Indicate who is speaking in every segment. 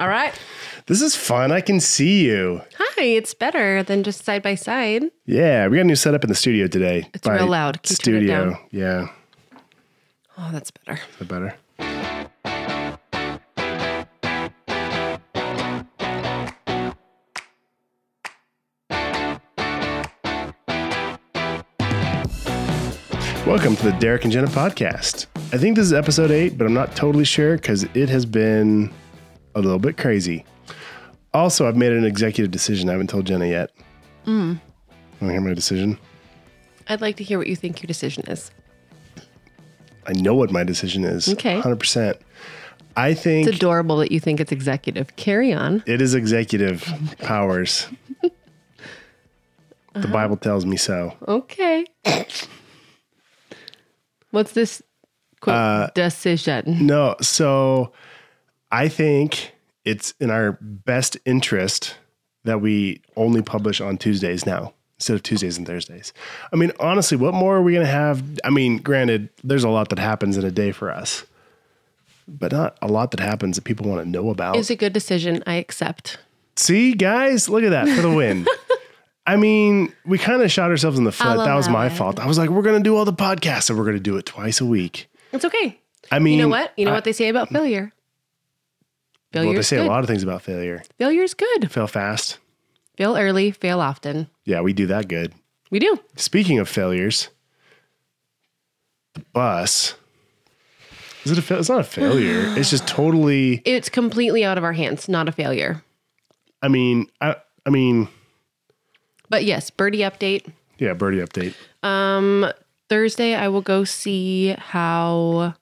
Speaker 1: All right.
Speaker 2: This is fun. I can see you.
Speaker 1: Hi, it's better than just side by side.
Speaker 2: Yeah, we got a new setup in the studio today.
Speaker 1: It's real loud. Can you turn it
Speaker 2: studio.
Speaker 1: down?
Speaker 2: Yeah,
Speaker 1: Oh, that's better.
Speaker 2: is that better? Welcome to the Derek and Jenna podcast. I think this is episode eight, but I'm not totally sure because it has been a little bit crazy. Also, I've made an executive decision. I haven't told Jenna yet.
Speaker 1: Mm.
Speaker 2: Want to hear my decision?
Speaker 1: I'd like to hear what you think your decision is.
Speaker 2: I know what my decision is.
Speaker 1: Okay.
Speaker 2: 100%. I think
Speaker 1: It's adorable that you think it's executive. Carry on.
Speaker 2: it is executive powers. The Bible tells me so.
Speaker 1: Okay. What's this quote, decision?
Speaker 2: Uh, No, so I think it's in our best interest that we only publish on Tuesdays now instead of Tuesdays and Thursdays. I mean, honestly, what more are we going to have? I mean, granted, there's a lot that happens in a day for us, but not a lot that happens that people want to know about.
Speaker 1: It was a good decision. I accept.
Speaker 2: See, guys, look at that for the win. I mean, we kind of shot ourselves in the foot.
Speaker 1: I'll
Speaker 2: That was
Speaker 1: allow
Speaker 2: my
Speaker 1: it.
Speaker 2: fault. I was like, we're going to do all the podcasts and we're going to do it twice a week.
Speaker 1: It's okay.
Speaker 2: I mean,
Speaker 1: You know what? You know
Speaker 2: I-
Speaker 1: what they say about failure?
Speaker 2: Well, they
Speaker 1: Failure's
Speaker 2: say
Speaker 1: good.
Speaker 2: a lot of things about failure.
Speaker 1: Failure's good.
Speaker 2: Fail fast.
Speaker 1: Fail early, fail often.
Speaker 2: Yeah, we do that good.
Speaker 1: We do.
Speaker 2: Speaking of failures, the bus. Is it a fail? It's not a failure. it's just totally.
Speaker 1: It's completely out of our hands, not a failure.
Speaker 2: I mean, I, I mean,
Speaker 1: But yes, birdie update.
Speaker 2: yeah, birdie update.
Speaker 1: Um, Thursday, I will go see how.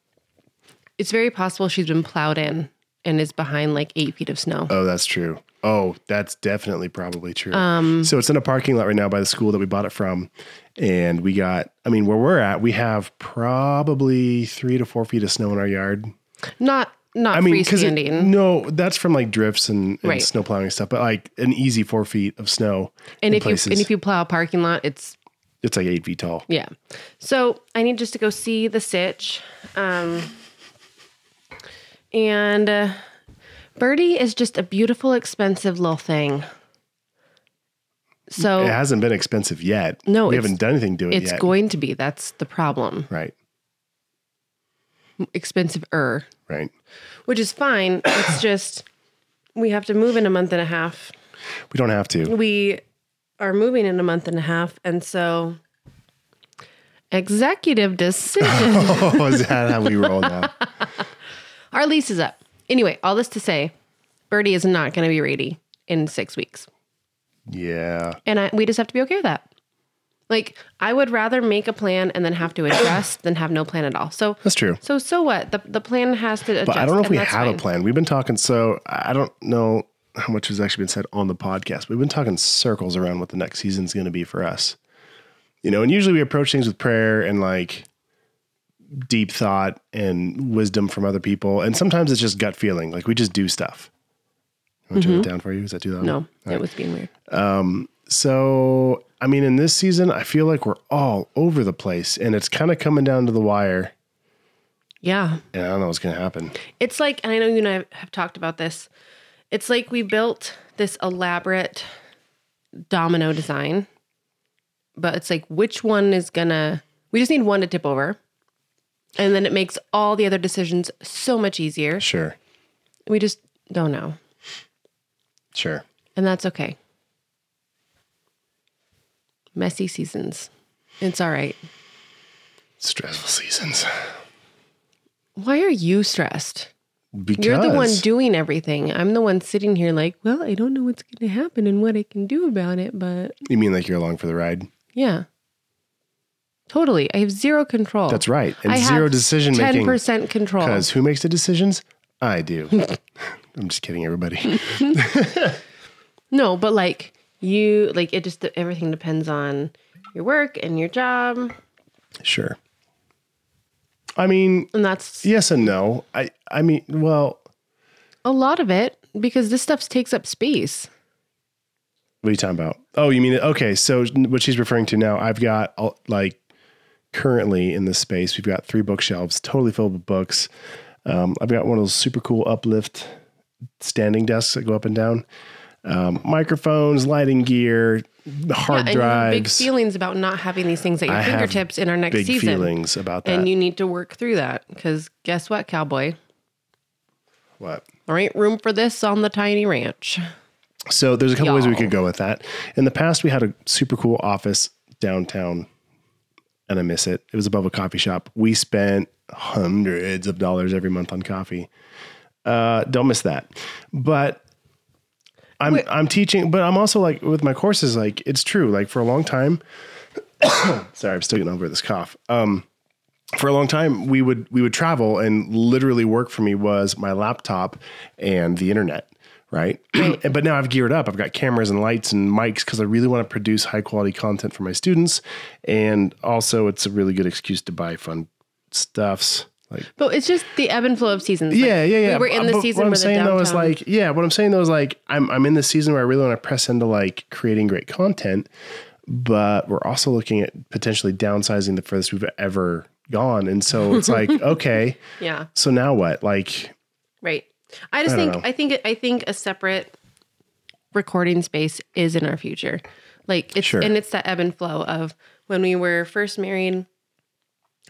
Speaker 1: It's very possible she's been plowed in and is behind like eight feet of snow.
Speaker 2: Oh, that's true. Oh, that's definitely probably true.
Speaker 1: Um,
Speaker 2: so it's in a parking lot right now by the school that we bought it from. And we got, I mean, where we're at, we have probably three to four feet of snow in our yard.
Speaker 1: Not not
Speaker 2: I mean, because
Speaker 1: freestanding.
Speaker 2: no, that's from like drifts and, and
Speaker 1: Right.
Speaker 2: snow plowing stuff, but like an easy four feet of snow.
Speaker 1: and
Speaker 2: in
Speaker 1: if you and if you plow a parking lot, it's
Speaker 2: it's like eight feet tall.
Speaker 1: yeah. So I need just to go see the sitch. Um, and uh, Birdie is just a beautiful, expensive little thing. So
Speaker 2: It hasn't been expensive yet.
Speaker 1: No,
Speaker 2: we
Speaker 1: it's-
Speaker 2: haven't done anything to it
Speaker 1: it's
Speaker 2: yet.
Speaker 1: going to be. That's the problem.
Speaker 2: right,
Speaker 1: Expensive er.
Speaker 2: right.
Speaker 1: which is fine. It's just we have to move in a month and a half.
Speaker 2: We don't have to.
Speaker 1: We are moving in a month and a half, and so executive decision.
Speaker 2: oh, is that how we roll now?
Speaker 1: Our lease is up. Anyway, all this to say, Birdie is not going to be ready in six weeks,
Speaker 2: Yeah.
Speaker 1: and I, we just have to be okay with that. Like I would rather make a plan and then have to adjust than have no plan at all. So
Speaker 2: That's true.
Speaker 1: so so what? The the plan has to adjust.
Speaker 2: But I don't know if
Speaker 1: and
Speaker 2: we have
Speaker 1: that's
Speaker 2: a
Speaker 1: fine.
Speaker 2: plan. We've been talking, so I don't know how much has actually been said on the podcast. We've been talking circles around what the next season's going to be for us. You know, and usually we approach things with prayer and like deep thought and wisdom from other people. And sometimes it's just gut feeling. Like we just do stuff. You want to turn it down for you? Is that too loud?
Speaker 1: Mm-hmm. No, it was being weird.
Speaker 2: So, I mean, in this season, I feel like we're all over the place and it's kind of coming down to the wire.
Speaker 1: Yeah.
Speaker 2: And I don't know what's going to happen.
Speaker 1: It's like, and I know you and I have talked about this. It's like we built this elaborate domino design, but it's like which one is gonna? We just need one to tip over, and then it makes all the other decisions so much easier.
Speaker 2: Sure.
Speaker 1: We just don't know,
Speaker 2: Sure.
Speaker 1: and that's okay. Messy seasons, it's all right.
Speaker 2: Stressful seasons.
Speaker 1: Why are you stressed?
Speaker 2: Because
Speaker 1: You're the one doing everything. I'm the one sitting here like, well, I don't know what's going to happen and what I can do about it, but
Speaker 2: You mean like you're along for the ride?
Speaker 1: yeah. Totally. I have zero control.
Speaker 2: That's right. And
Speaker 1: I have
Speaker 2: zero decision making.
Speaker 1: 10% control.
Speaker 2: Because who makes the decisions? I do. I'm just kidding, everybody.
Speaker 1: No, but like you like it just everything depends on your work and your job.
Speaker 2: Sure. I mean,
Speaker 1: And that's
Speaker 2: yes and no. I I mean, well,
Speaker 1: a lot of it because this stuff takes up space.
Speaker 2: what are you talking about? Oh, you mean okay? So what she's referring to now? I've got all- like currently in this space, we've got three bookshelves totally filled with books. Um, I've got one of those super cool uplift standing desks that go up and down, um, microphones, lighting gear,
Speaker 1: and
Speaker 2: hard
Speaker 1: you have big
Speaker 2: drives.
Speaker 1: feelings about not having these things at your
Speaker 2: I have
Speaker 1: fingertips in our next
Speaker 2: big
Speaker 1: season.
Speaker 2: feelings about that.
Speaker 1: And you need to work through that because guess what, cowboy?
Speaker 2: what?
Speaker 1: There ain't room for this on the tiny ranch.
Speaker 2: So there's a couple ways we
Speaker 1: Y'all.
Speaker 2: could go with that. In the past, we had a super cool office downtown, and I miss it. It was above a coffee shop. We spent hundreds of dollars every month on coffee. Uh, don't miss that. But I'm I'm teaching, but I'm also like with my courses, like it's true. Like for a long time, sorry, I'm still getting over this cough. Um, for a long time, we would we would travel, and literally work for me was my laptop and the internet, right? And- but now I've geared up. I've got cameras and lights and mics because I really want to produce high quality content for my students, and also it's a really good excuse to buy fun stuffs like
Speaker 1: But it's just the ebb and flow of seasons. Like,
Speaker 2: yeah, yeah, yeah.
Speaker 1: We were in the
Speaker 2: But
Speaker 1: season
Speaker 2: What I'm
Speaker 1: where the
Speaker 2: saying
Speaker 1: downtown.
Speaker 2: though is like, yeah. What I'm saying though is like, I'm I'm in the season where I really want to press into like creating great content, but we're also looking at potentially downsizing the furthest we've ever gone, and so it's like, okay,
Speaker 1: yeah,
Speaker 2: so now what? Like,
Speaker 1: right. I just
Speaker 2: I don't
Speaker 1: think
Speaker 2: know.
Speaker 1: I think I think a separate recording space is in our future. Like it's
Speaker 2: Sure.
Speaker 1: and it's that ebb and flow of when we were first married.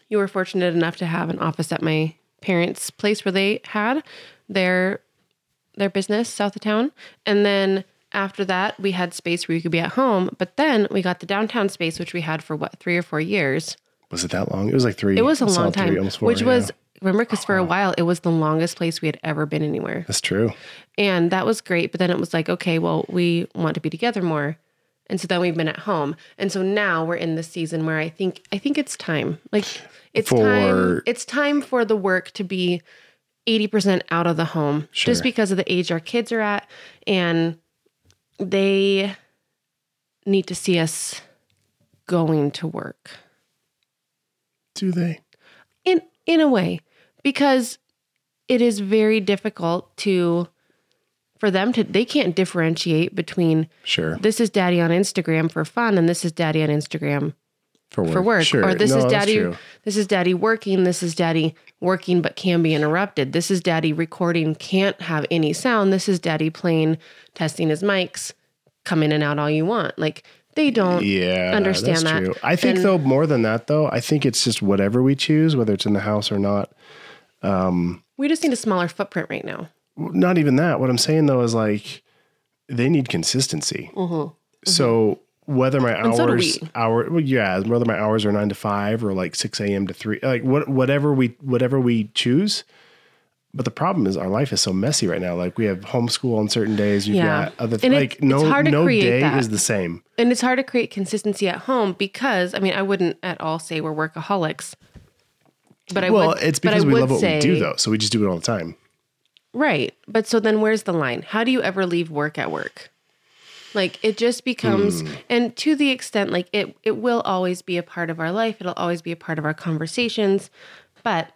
Speaker 1: You were fortunate enough to have an office at my parents' place where they had their their business south of town. And then after that, we had space where you could be at home. But then we got the downtown space, which we had for what three or four years.
Speaker 2: was it that long? It was like three.
Speaker 1: It was a
Speaker 2: solid
Speaker 1: long
Speaker 2: three,
Speaker 1: time,
Speaker 2: almost four,
Speaker 1: which
Speaker 2: yeah.
Speaker 1: was remember because for a while it was the longest place we had ever been anywhere,
Speaker 2: that's true.
Speaker 1: and that was great. But then it was like, okay, well, we want to be together more, and so then we've been at home, and so now we're in the season where I think I think it's time, like it's time,
Speaker 2: For-
Speaker 1: it's time for the work to be eighty percent out of the home, just
Speaker 2: Sure.
Speaker 1: because of the age our kids are at, and they need to see us going to work
Speaker 2: Do they?
Speaker 1: in in a way because it is very difficult to for them to they can't differentiate between
Speaker 2: Sure.
Speaker 1: this is daddy on Instagram for fun and this is daddy on Instagram
Speaker 2: For work.
Speaker 1: for work
Speaker 2: Mm, Sure.
Speaker 1: or this
Speaker 2: No,
Speaker 1: is
Speaker 2: that's
Speaker 1: daddy
Speaker 2: true.
Speaker 1: this is daddy working this is daddy working but can be interrupted this is daddy recording can't have any sound this is daddy playing testing his mics come in and out all you want like they don't
Speaker 2: yeah
Speaker 1: understand
Speaker 2: that's
Speaker 1: that,
Speaker 2: true. i think
Speaker 1: then-
Speaker 2: though more than that though i think it's just whatever we choose whether it's in the house or not
Speaker 1: we just need a smaller footprint right now
Speaker 2: not even that what i'm saying though is like they need consistency so whether my
Speaker 1: Mm-hmm. so do
Speaker 2: hours
Speaker 1: we.
Speaker 2: hour well, yeah whether my hours are 9 to 5 or like 6 a.m to 3 like what whatever we whatever we choose but the problem is our life is so messy right now like we have homeschool on certain days you've
Speaker 1: Yeah.
Speaker 2: got other
Speaker 1: And
Speaker 2: things
Speaker 1: it-
Speaker 2: like
Speaker 1: it's
Speaker 2: no
Speaker 1: hard to
Speaker 2: no
Speaker 1: create
Speaker 2: day
Speaker 1: that.
Speaker 2: is the same
Speaker 1: And it's hard to create consistency at home because I mean I wouldn't at all say we're workaholics. But I
Speaker 2: well
Speaker 1: would,
Speaker 2: it's
Speaker 1: but I
Speaker 2: because we
Speaker 1: would
Speaker 2: love what
Speaker 1: say,
Speaker 2: we do though so we just do it all the time
Speaker 1: Right. But so then where's the line? How do you ever leave work at work? Like it just becomes and to the extent like it it will always be a part of our life. It'll always be a part of our conversations. But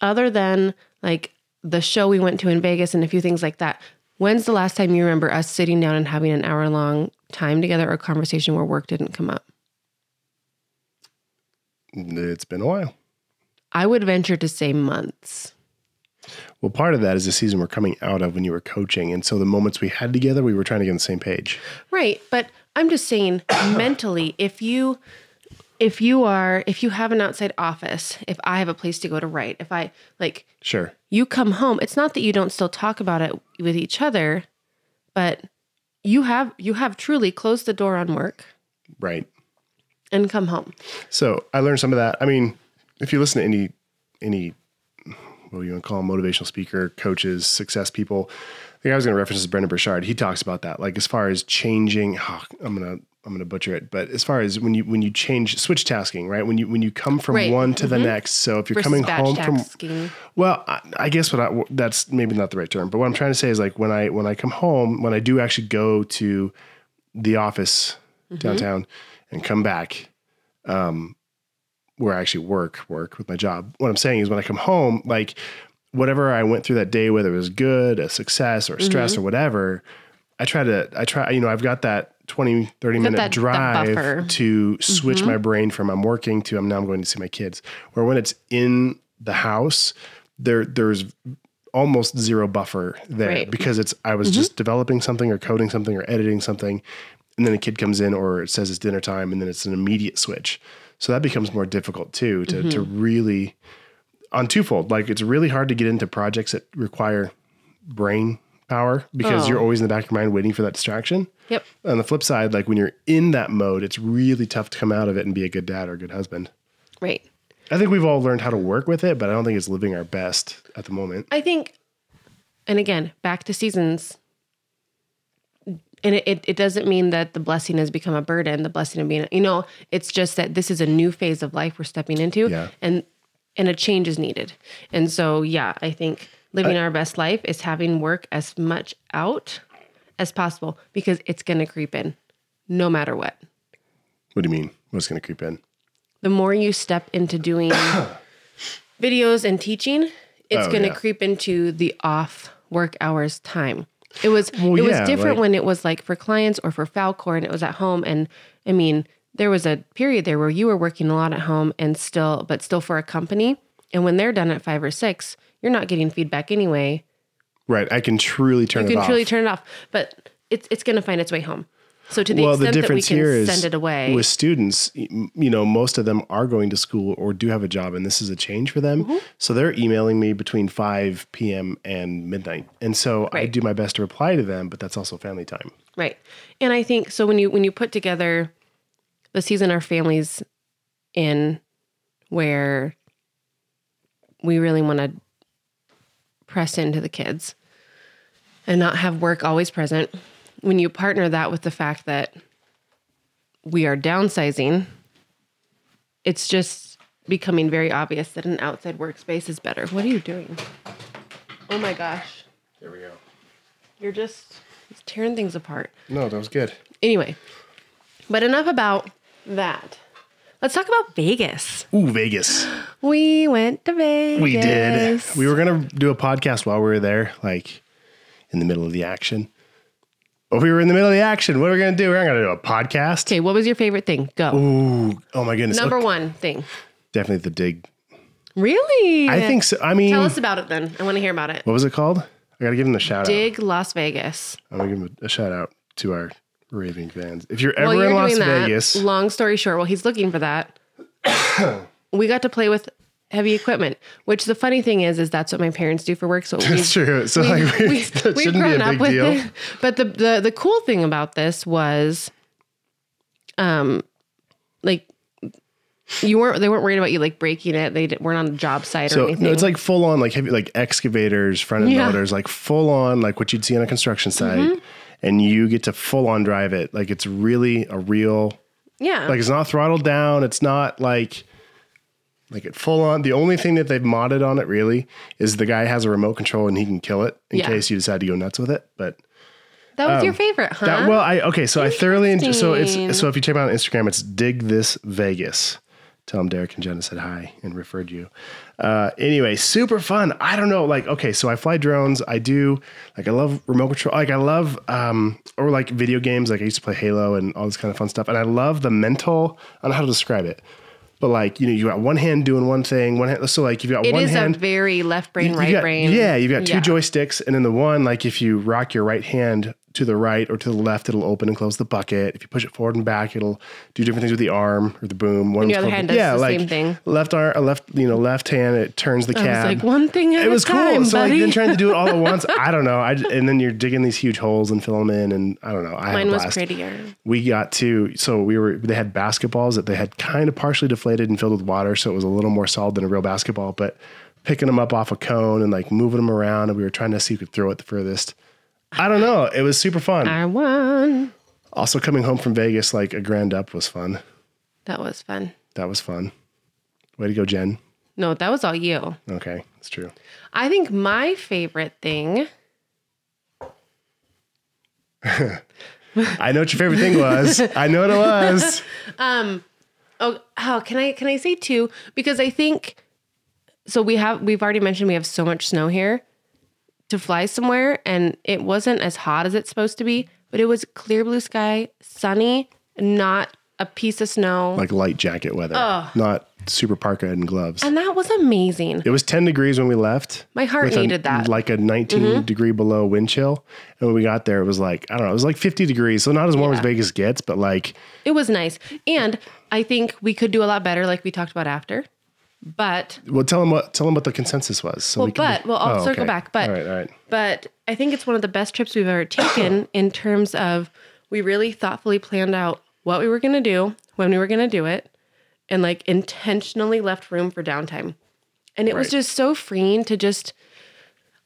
Speaker 1: other than like the show we went to in Vegas and a few things like that, when's the last time you remember us sitting down and having an hour long time together or a conversation where work didn't come up?
Speaker 2: it's been a while
Speaker 1: I would venture to say months.
Speaker 2: Well, part of that is the season we're coming out of when you were coaching. And so the moments we had together, we were trying to get on the same page.
Speaker 1: Right, but I'm just saying mentally if you if you are if you have an outside office, if I have a place to go to write, if I like
Speaker 2: Sure.
Speaker 1: you come home, it's not that you don't still talk about it with each other, but you have you have truly closed the door on work
Speaker 2: Right.
Speaker 1: and come home.
Speaker 2: So I learned some of that. I mean, if you listen to any, any, what do you want to call them, motivational speaker, coaches, success people, the guy I was going to reference is Brendan Burchard. He talks about that. Like as far as changing, oh, I'm going to, I'm going to butcher it, but as far as when you when you change switch tasking, right? When you when you come from
Speaker 1: Right.
Speaker 2: one to the next, so if you're
Speaker 1: Versus
Speaker 2: coming
Speaker 1: batch
Speaker 2: home from
Speaker 1: tasking.
Speaker 2: Well, I, I guess what I that's maybe not the right term, but what I'm trying to say is like when I when I come home, when I do actually go to the office
Speaker 1: Mm-hmm.
Speaker 2: downtown and come back, um, where I actually work work with my job. What I'm saying is when I come home, like whatever I went through that day, whether it was good, a success, or stress,
Speaker 1: Mm-hmm.
Speaker 2: or whatever, I try to I try you know I've got that 20 30 minute
Speaker 1: that- that
Speaker 2: drive
Speaker 1: buffer. Mm-hmm.
Speaker 2: to switch my brain from I'm working to I'm now I'm going to see my kids. Where when it's in the house, there there's almost zero buffer there
Speaker 1: Right.
Speaker 2: because it's I was just developing something or coding something or editing something, and then a kid comes in or it says it's dinner time, and then it's an immediate switch. So that becomes more difficult too to to
Speaker 1: Mm-hmm.
Speaker 2: really on twofold. Like it's really hard to get into projects that require brain power because
Speaker 1: Oh.
Speaker 2: you're always in the back of your mind waiting for that distraction.
Speaker 1: Yep.
Speaker 2: On the flip side, like when you're in that mode, it's really tough to come out of it and be a good dad or a good husband.
Speaker 1: Right.
Speaker 2: I think we've all learned how to work with it, but I don't think it's living our best at the moment.
Speaker 1: I think, and again, back to seasons. And it, it, it doesn't mean that the blessing has become a burden, the blessing of being, you know, it's just that this is a new phase of life we're stepping into
Speaker 2: Yeah.
Speaker 1: and, and a change is needed. And so, yeah, I think living our best life is having work as much out as possible because it's going to creep in no matter what.
Speaker 2: What do you mean? What's going to creep in?
Speaker 1: the more you step into doing videos and teaching, it's
Speaker 2: Oh,
Speaker 1: going to
Speaker 2: yeah.
Speaker 1: creep into the off work hours time. It was
Speaker 2: Well,
Speaker 1: it
Speaker 2: yeah,
Speaker 1: was different
Speaker 2: like-
Speaker 1: when it was like for clients or for Falcor and it was at home and I mean, there was a period there where you were working a lot at home and still but still for a company and when they're done at 5 or 6, you're not getting feedback anyway.
Speaker 2: Right. I can truly turn
Speaker 1: You
Speaker 2: it
Speaker 1: can
Speaker 2: off.
Speaker 1: truly turn it off, but it's it's going to find its way home. So to the
Speaker 2: well, the
Speaker 1: extent that we
Speaker 2: difference
Speaker 1: can
Speaker 2: here is
Speaker 1: send it away,
Speaker 2: with students, y- m- you know, most of them are going to school or do have a job, and this is a change for them.
Speaker 1: Mm-hmm.
Speaker 2: So they're emailing me between 5 p.m. and midnight. And so I
Speaker 1: Right.
Speaker 2: do my best to reply to them, but that's also family time.
Speaker 1: Right. And I think so when you when you put together the season our families in where we really want to press into the kids and not have work always present, when you partner that with the fact that we are downsizing, it's just becoming very obvious that an outside workspace is better. What are you doing? Oh my gosh.
Speaker 2: There we go.
Speaker 1: You're just tearing things apart
Speaker 2: No, that was good.
Speaker 1: anyway, but enough about that. Let's talk about Vegas.
Speaker 2: Ooh, Vegas.
Speaker 1: We went to Vegas.
Speaker 2: We did. We were gonna do a podcast while we were there, like in the middle of the action. But we were in the middle of the action. What are we gonna do? We're not gonna do a podcast.
Speaker 1: Okay, what was your favorite thing? Go.
Speaker 2: Ooh, oh my goodness!
Speaker 1: Number
Speaker 2: Okay,
Speaker 1: one thing.
Speaker 2: definitely the dig.
Speaker 1: Really?
Speaker 2: I think uh, so. I mean,
Speaker 1: Tell us about it then. I want to hear about it.
Speaker 2: what was it called? I gotta give him a shout out.
Speaker 1: Dig Las Vegas.
Speaker 2: I'm gonna give him a shout out to our raving fans. If you're ever
Speaker 1: While you're
Speaker 2: in Las
Speaker 1: doing that,
Speaker 2: Vegas,
Speaker 1: long story short, while he's looking for that, we got to play with heavy equipment. Which the funny thing is, is that's what my parents do for work. So we
Speaker 2: it's true. So like, we,
Speaker 1: we,
Speaker 2: that
Speaker 1: we've
Speaker 2: shouldn't be
Speaker 1: grown
Speaker 2: a
Speaker 1: up
Speaker 2: big
Speaker 1: with
Speaker 2: deal.
Speaker 1: it. But the, the the cool thing about this was, um, like you weren't they weren't worried about you like breaking it. They didn't, weren't on a job site or
Speaker 2: So
Speaker 1: anything.
Speaker 2: no, it's like full on like heavy like excavators, front end
Speaker 1: Yeah. Mm-hmm.
Speaker 2: loaders, like full on like what you'd see on a construction site, and you get to full on drive it. Like it's really a real
Speaker 1: yeah,
Speaker 2: like it's not throttled down. It's not like like it full on. The only thing that they've modded on it really is the guy has a remote control and he can kill it in
Speaker 1: Yeah.
Speaker 2: case you decide to go nuts with it. But
Speaker 1: that was your favorite, huh?
Speaker 2: um, that, well, I okay. So I thoroughly enjoy. So
Speaker 1: Uh-huh. Interesting.
Speaker 2: it's so if you check me out on Instagram, it's dig this Vegas. Tell them Derek and Jenna said hi and referred you. Uh, anyway, super fun. I don't know. Like, okay, so I fly drones. I do like I love remote control. Like I love um or like video games. Like I used to play Halo and all this kind of fun stuff. And I love the mental. I don't know how to describe it, but like you know, you got one hand doing one thing. One hand. So like you got
Speaker 1: it
Speaker 2: one
Speaker 1: is
Speaker 2: hand.
Speaker 1: a very left brain,
Speaker 2: You
Speaker 1: right
Speaker 2: got-
Speaker 1: brain.
Speaker 2: Yeah, you've got two
Speaker 1: Yeah.
Speaker 2: joysticks, and then the one, like if you rock your right hand to the right or to the left, it'll open and close the bucket. If you push it forward and back, it'll do different things with the arm or the boom. One
Speaker 1: the
Speaker 2: arm's
Speaker 1: other
Speaker 2: closed-
Speaker 1: hand does the same thing.
Speaker 2: Left arm, a left, you know, left hand, it turns the
Speaker 1: It was
Speaker 2: cab.
Speaker 1: like one thing at
Speaker 2: it was
Speaker 1: a time,
Speaker 2: cool. So
Speaker 1: buddy.
Speaker 2: like then trying to do it all at once, I don't know. I j- and then you're digging these huge holes and fill them in, and I don't know. I had
Speaker 1: Mine
Speaker 2: a
Speaker 1: was
Speaker 2: blast
Speaker 1: prettier.
Speaker 2: we got to so we were they had basketballs that they had kind of partially deflated and filled with water so it was a little more solid than a real basketball but picking them up off a cone and like moving them around and we were trying to see who could throw it the furthest i don't know it was super fun
Speaker 1: I won.
Speaker 2: also coming home from vegas like a grand up was fun
Speaker 1: That was fun.
Speaker 2: that was fun way to go jen
Speaker 1: No, that was all you.
Speaker 2: okay it's true
Speaker 1: I think my favorite thing.
Speaker 2: i know what your favorite thing was i know what it was
Speaker 1: Oh, oh, can I can I say two? Because I think so. We have we've already mentioned we have so much snow here to fly somewhere, and it wasn't as hot as it's supposed to be, but it was clear blue sky, sunny, not a piece of snow.
Speaker 2: like light jacket weather not super parka and gloves.
Speaker 1: And that was amazing.
Speaker 2: It was 10 degrees when we left.
Speaker 1: My heart
Speaker 2: with a-
Speaker 1: needed that. Mm-hmm.
Speaker 2: Like a 19 degree below wind chill. And when we got there, it was like, I don't know, it was like 50 degrees. So not as warm as Vegas gets, but like,
Speaker 1: It was nice. And I think we could do a lot better, like we talked about after. But
Speaker 2: well, tell them what, tell them what the consensus was. So
Speaker 1: well,
Speaker 2: we
Speaker 1: but well, I'll
Speaker 2: oh,
Speaker 1: circle
Speaker 2: okay.
Speaker 1: back. But
Speaker 2: all right, all right.
Speaker 1: but I think it's one of the best trips we've ever taken in terms of we really thoughtfully planned out what we were going to do, when we were going to do it, and like intentionally left room for downtime. And it was
Speaker 2: Right.
Speaker 1: just so freeing to just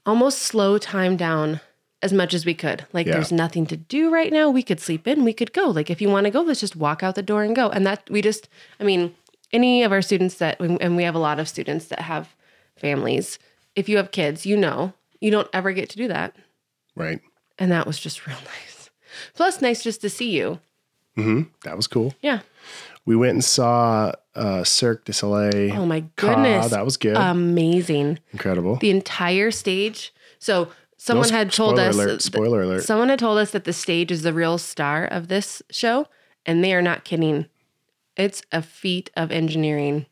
Speaker 1: almost slow time down as much as we could. Like
Speaker 2: Yeah.
Speaker 1: there's nothing to do right now. We could sleep in, we could go. Like if you want to go, let's just walk out the door and go. And that we just I mean, any of our students that and we have a lot of students that have families. If you have kids, you know, you don't ever get to do that.
Speaker 2: Right.
Speaker 1: And that was just real nice. Plus nice just to see you.
Speaker 2: That was cool.
Speaker 1: Yeah.
Speaker 2: We went and saw uh, Cirque du Soleil.
Speaker 1: Oh my
Speaker 2: Ka.
Speaker 1: goodness.
Speaker 2: that was good.
Speaker 1: amazing.
Speaker 2: Incredible.
Speaker 1: the entire stage. So someone
Speaker 2: sp-
Speaker 1: had told
Speaker 2: spoiler
Speaker 1: us
Speaker 2: alert, spoiler alert.
Speaker 1: Someone had told us that the stage is the real star of this show, and they are not kidding. It's a feat of engineering.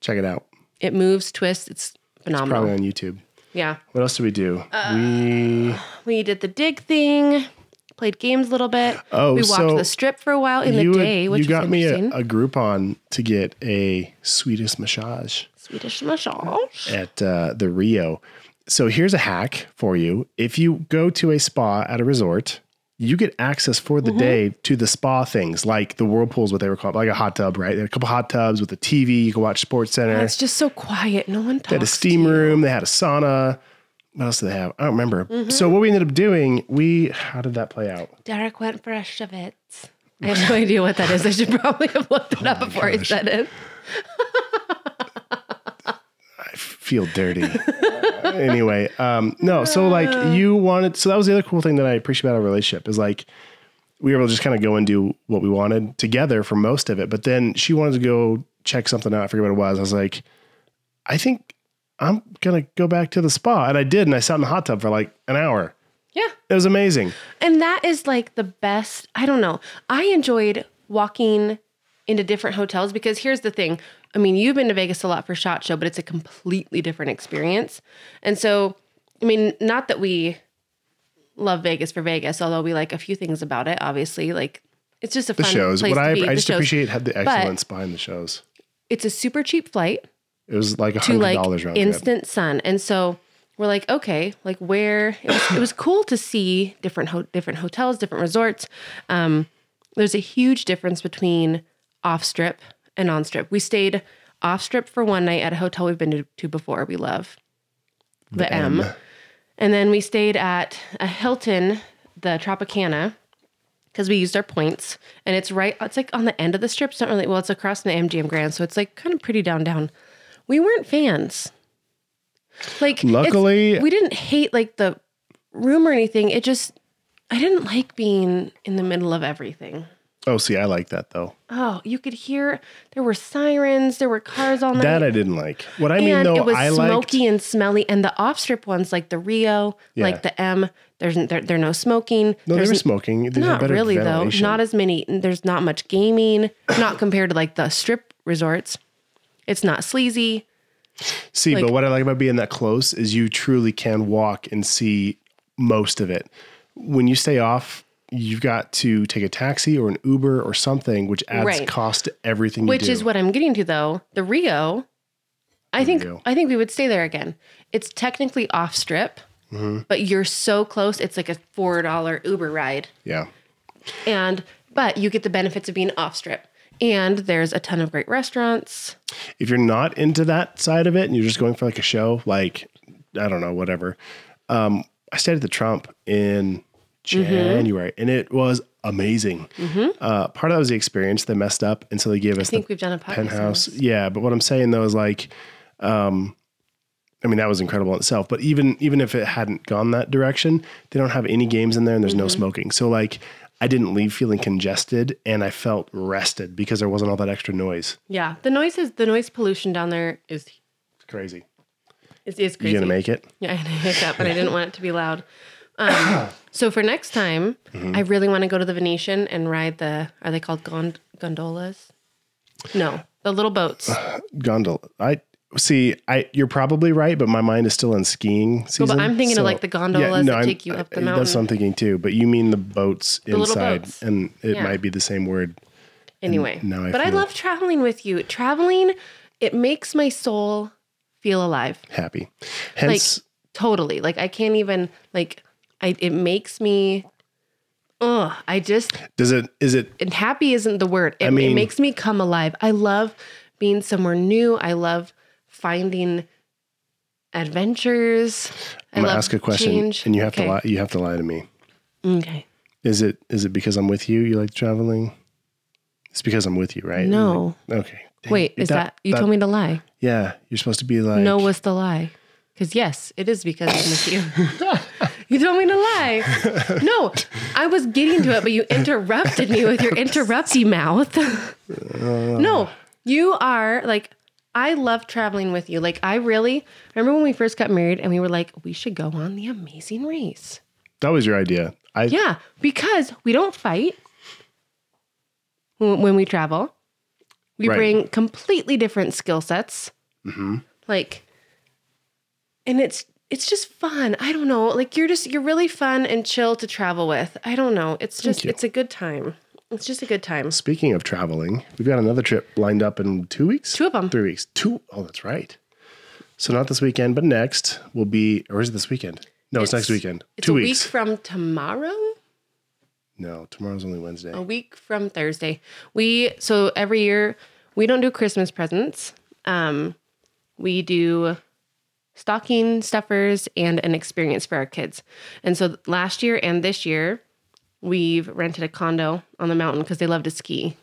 Speaker 2: Check it out.
Speaker 1: It moves, twists. It's phenomenal.
Speaker 2: Probably on YouTube.
Speaker 1: yeah,
Speaker 2: What else did we do?
Speaker 1: Uh,
Speaker 2: we
Speaker 1: we did the dig thing, played games a little bit.
Speaker 2: Oh,
Speaker 1: we walked
Speaker 2: so
Speaker 1: the strip for a while in
Speaker 2: you,
Speaker 1: the
Speaker 2: had-
Speaker 1: day, which
Speaker 2: you got
Speaker 1: was
Speaker 2: me a,
Speaker 1: interesting.
Speaker 2: a Groupon to get a Swedish massage.
Speaker 1: Swedish massage.
Speaker 2: at uh, the Rio. So here's a hack for you. If you go to a spa at a resort, you get access for the day to the spa things like the whirlpools, what they were called, like a hot tub, right? They had a couple hot tubs with a TV. You can watch Sports Center.
Speaker 1: It's just so quiet. No one talks.
Speaker 2: They had a steam room. They had a sauna. What else did they have? I don't remember. So what we ended up doing, we how did that play out?
Speaker 1: Derek went for a Shavitz. I have no idea what that is. I should probably have looked it
Speaker 2: Oh
Speaker 1: up before I said it.
Speaker 2: feel dirty. anyway, um, no, so like you wanted, so that was the other cool thing that I appreciate about our relationship is like we were able to just kind of go and do what we wanted together for most of it. But then she wanted to go check something out. I forget what it was. I was like, I think I'm going to go back to the spa. And I did. And I sat in the hot tub for like an hour.
Speaker 1: Yeah.
Speaker 2: It was amazing.
Speaker 1: And that is like the best. I don't know. I enjoyed walking into different hotels because here's the thing. I mean, you've been to Vegas a lot for Shot Show, but it's a completely different experience. And so, I mean, not that we love Vegas for Vegas, although we like a few things about it, obviously. Like, it's just a
Speaker 2: The
Speaker 1: fun
Speaker 2: shows,
Speaker 1: place
Speaker 2: what
Speaker 1: to
Speaker 2: I, I
Speaker 1: be. The
Speaker 2: just
Speaker 1: shows.
Speaker 2: appreciate had the excellence behind the shows.
Speaker 1: It's a super cheap flight.
Speaker 2: It was like a
Speaker 1: to
Speaker 2: hundred
Speaker 1: like
Speaker 2: dollars round trip.
Speaker 1: instant sun. And so we're like, okay, like where it was, it was cool to see different ho- different hotels, different resorts. Um, there's a huge difference between off strip and on strip. We stayed off strip for one night at a hotel we've been to, to before. We love the, M. and then we stayed at a Hilton, the Tropicana. Because we used our points, and it's right. It's like on the end of the strip. So not really. Well, it's across from the MGM Grand, so it's like kind of pretty down down we weren't fans. Like it's-
Speaker 2: Luckily-
Speaker 1: we didn't hate like the room or anything. It just I didn't like being in the middle of everything.
Speaker 2: Oh, see, I like that though.
Speaker 1: Oh, you could hear there were sirens, there were cars all night.
Speaker 2: That I didn't like. What I mean
Speaker 1: and
Speaker 2: though,
Speaker 1: it was
Speaker 2: I liked
Speaker 1: smoky and smelly, and the off-strip ones like the Rio,
Speaker 2: Yeah.
Speaker 1: like the M. There's there, there are no smoking.
Speaker 2: No, they
Speaker 1: there's
Speaker 2: were smoking. They
Speaker 1: not really though.
Speaker 2: ventilation.
Speaker 1: Not as many. There's not much gaming. not compared to like the strip resorts. It's not sleazy.
Speaker 2: see, but what I like about being that close is you truly can walk and see most of it. When you stay off, you've got to take a taxi or an Uber or something, which adds
Speaker 1: Right.
Speaker 2: cost to everything.
Speaker 1: Which
Speaker 2: you do.
Speaker 1: is what I'm getting to though. The Rio, I think
Speaker 2: Rio.
Speaker 1: I think we would stay there again. It's technically off strip,
Speaker 2: Mm-hmm.
Speaker 1: but you're so close. It's like a four dollar Uber ride,
Speaker 2: yeah,
Speaker 1: and but you get the benefits of being off strip. And there's a ton of great restaurants.
Speaker 2: if you're not into that side of it and you're just going for like a show, like I don't know, whatever. Um, I stayed at the Trump in
Speaker 1: Mm-hmm.
Speaker 2: January, and it was amazing. Uh, part of that was the experience. They messed up, and so they gave us
Speaker 1: I think
Speaker 2: the
Speaker 1: we've done a podcast.
Speaker 2: penthouse. Yeah, but what I'm saying though is like, um, I mean that was incredible in itself. But even even if it hadn't gone that direction, they don't have any games in there, and there's
Speaker 1: Mm-hmm.
Speaker 2: no smoking. So like, I didn't leave feeling congested, and I felt rested because there wasn't all that extra noise.
Speaker 1: Yeah, the noise is the noise pollution down there is
Speaker 2: It's crazy.
Speaker 1: is, is
Speaker 2: You
Speaker 1: crazy.
Speaker 2: gonna make it?
Speaker 1: Yeah, I had a hiccup, but I didn't want it to be loud. Um, so for next
Speaker 2: Mm-hmm.
Speaker 1: time, I really want to go to the Venetian and ride the are they called gond- gondolas? No, the little boats.
Speaker 2: gondola. I see. I you're probably right, but my mind is still on skiing
Speaker 1: Well,
Speaker 2: season.
Speaker 1: but I'm thinking
Speaker 2: so-
Speaker 1: of like the gondolas
Speaker 2: Yeah, no,
Speaker 1: that
Speaker 2: I'm-
Speaker 1: take you up the mountain.
Speaker 2: That's what I'm thinking too. But you mean the boats
Speaker 1: little
Speaker 2: inside,
Speaker 1: boats.
Speaker 2: and it
Speaker 1: Yeah.
Speaker 2: might be the same word.
Speaker 1: anyway,
Speaker 2: now I
Speaker 1: but I
Speaker 2: feel-
Speaker 1: love traveling with you. Traveling, it makes my soul feel alive.
Speaker 2: Happy. Hence,
Speaker 1: Totally. Like I can't even like. I it makes me. Ugh. I just
Speaker 2: does it? Is it?
Speaker 1: and happy isn't the word. It,
Speaker 2: mean-
Speaker 1: it makes me come alive. I love being somewhere new. I love finding adventures. I
Speaker 2: I'm gonna
Speaker 1: love
Speaker 2: ask a question,
Speaker 1: change.
Speaker 2: and you have
Speaker 1: Okay.
Speaker 2: to lie. You have to lie to me.
Speaker 1: Okay.
Speaker 2: Is it? Is it because I'm with you? You like traveling? It's because I'm with you, right?
Speaker 1: No.
Speaker 2: Okay. Dang,
Speaker 1: Wait, is that, you told me to lie?
Speaker 2: Yeah, you're supposed to be like.
Speaker 1: no was the lie. Because yes, it is because I'm with you. you told me to lie. No, I was getting to it, but you interrupted me with your interrupty mouth. no, you are like, I love traveling with you. Like, I really remember when we first got married and we were like, we should go on the amazing race.
Speaker 2: That was your idea. I
Speaker 1: Yeah, because we don't fight when when we travel. We
Speaker 2: Right. Mm-hmm.
Speaker 1: bring completely different skill sets. Like, and it's it's just fun. I don't know. Like you're just you're really fun and chill to travel with. I don't know. It's just
Speaker 2: you.
Speaker 1: it's a good time. It's just a good time.
Speaker 2: Speaking of traveling, we've got another trip lined up in two weeks.
Speaker 1: Two of 'em.
Speaker 2: Three weeks. Two oh, that's right. So not this weekend, but next will be, or is it this weekend? No, it's, next weekend.
Speaker 1: It's
Speaker 2: two
Speaker 1: a
Speaker 2: weeks.
Speaker 1: week from tomorrow.
Speaker 2: No, tomorrow's only Wednesday.
Speaker 1: A week from Thursday. We so every year we don't do Christmas presents. Um we do stocking stuffers and an experience for our kids. And so last year and this year we've rented a condo on the mountain because they love to ski.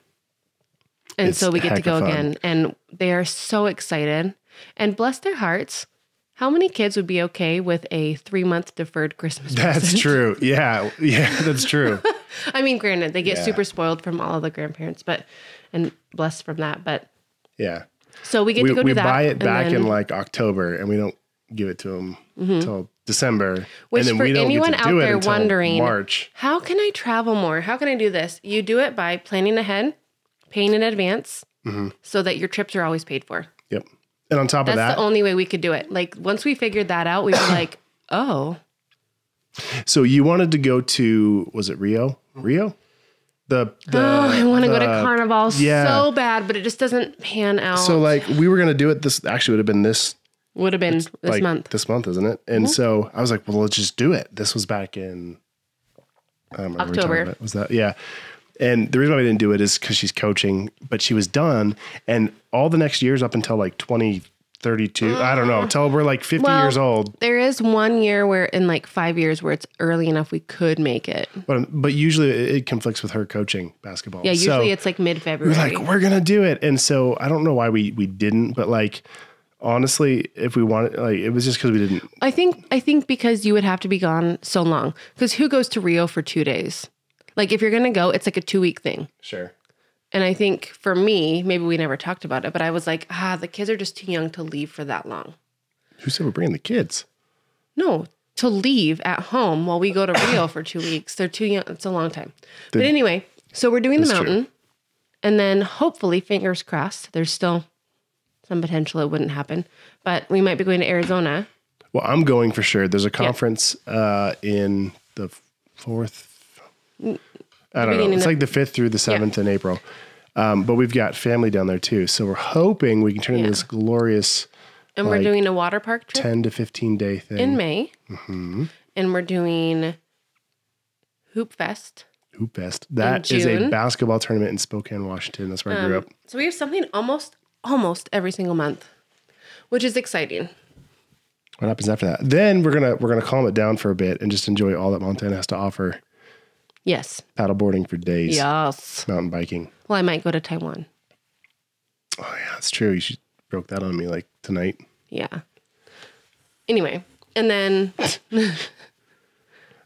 Speaker 1: And
Speaker 2: It's
Speaker 1: so we get to
Speaker 2: heck
Speaker 1: go
Speaker 2: of fun.
Speaker 1: again and they are so excited and bless their hearts. How many kids would be okay with a 3-month deferred Christmas
Speaker 2: That's true. Yeah, yeah, that's true.
Speaker 1: I mean, granted, they get
Speaker 2: Yeah.
Speaker 1: super spoiled from all of the grandparents, but and blessed from that. But
Speaker 2: Yeah,
Speaker 1: so we get
Speaker 2: we
Speaker 1: to go to
Speaker 2: we
Speaker 1: that.
Speaker 2: buy it
Speaker 1: and
Speaker 2: back
Speaker 1: then- Mm-hmm.
Speaker 2: in like October, and we don't give it to them until December.
Speaker 1: Which
Speaker 2: and then
Speaker 1: for
Speaker 2: we don't
Speaker 1: anyone
Speaker 2: get to
Speaker 1: out
Speaker 2: do it
Speaker 1: there
Speaker 2: until
Speaker 1: wondering-
Speaker 2: March.
Speaker 1: How can I travel more? How can I do this? You do it by planning ahead, paying in advance,
Speaker 2: Mm-hmm.
Speaker 1: so that your trips are always paid for.
Speaker 2: Yep. And on top
Speaker 1: That's
Speaker 2: of that,
Speaker 1: the only way we could do it. Like once we figured that out, we were like, oh,
Speaker 2: So you wanted to go to was it Rio? Rio? The, the
Speaker 1: oh, I want to go to
Speaker 2: the-
Speaker 1: Carnival
Speaker 2: yeah.
Speaker 1: so bad, but it just doesn't pan out.
Speaker 2: So like we were gonna do it this actually would have been this
Speaker 1: would have been this
Speaker 2: like
Speaker 1: month.
Speaker 2: This month, isn't it? And so I was like, well, let's just do it. This was back in I don't remember what we were talking
Speaker 1: October.
Speaker 2: about. Was that yeah. And the reason why we didn't do it is because she's coaching, but she was done. And all the next years up until like 2032, I don't know, until we're like 50
Speaker 1: Ah. Well-
Speaker 2: years old.
Speaker 1: There is one year where in like five years where it's early enough we could make it.
Speaker 2: But, but usually it it conflicts with her coaching basketball.
Speaker 1: Yeah, usually
Speaker 2: So-
Speaker 1: it's like mid February.
Speaker 2: we're like we're gonna do it and so i don't know why we we didn't but like honestly if we wanted like it was just because we didn't
Speaker 1: I think I think because you would have to be gone so long. Because who goes to Rio for two days? Like if you're gonna go, it's like a two week thing.
Speaker 2: sure
Speaker 1: And I think for me, maybe we never talked about it, but I was like, ah, the kids are just too young to leave for that long.
Speaker 2: who said we're bringing the kids
Speaker 1: No, to leave at home while we go to Rio for two weeks. They're too young. It's a long time. but anyway, so we're doing the
Speaker 2: true.
Speaker 1: mountain, and then hopefully, fingers crossed, there's still some potential it wouldn't happen, but we might be going to Arizona.
Speaker 2: well i'm going for sure there's a conference uh in the fourth i don't know
Speaker 1: beginning
Speaker 2: it's
Speaker 1: of-
Speaker 2: like the fifth through the seventh in april um, but we've got family down there too so we're hoping we can turn into this glorious
Speaker 1: And
Speaker 2: Like
Speaker 1: we're doing a water park trip
Speaker 2: 10 to 15 day thing
Speaker 1: in May.
Speaker 2: Mm-hmm.
Speaker 1: And we're doing Hoop Fest.
Speaker 2: who best that is a
Speaker 1: June. Um,
Speaker 2: basketball tournament in spokane washington that's where i grew up
Speaker 1: So we have something almost almost every single month, which is exciting.
Speaker 2: what happens after that then we're gonna we're gonna calm it down for a bit and just enjoy all that montana has to offer
Speaker 1: Yes.
Speaker 2: paddleboarding for days
Speaker 1: Yes.
Speaker 2: mountain biking
Speaker 1: Well, I might go to Taiwan.
Speaker 2: oh yeah that's true you should broke that on me like tonight
Speaker 1: Yeah. Anyway, and then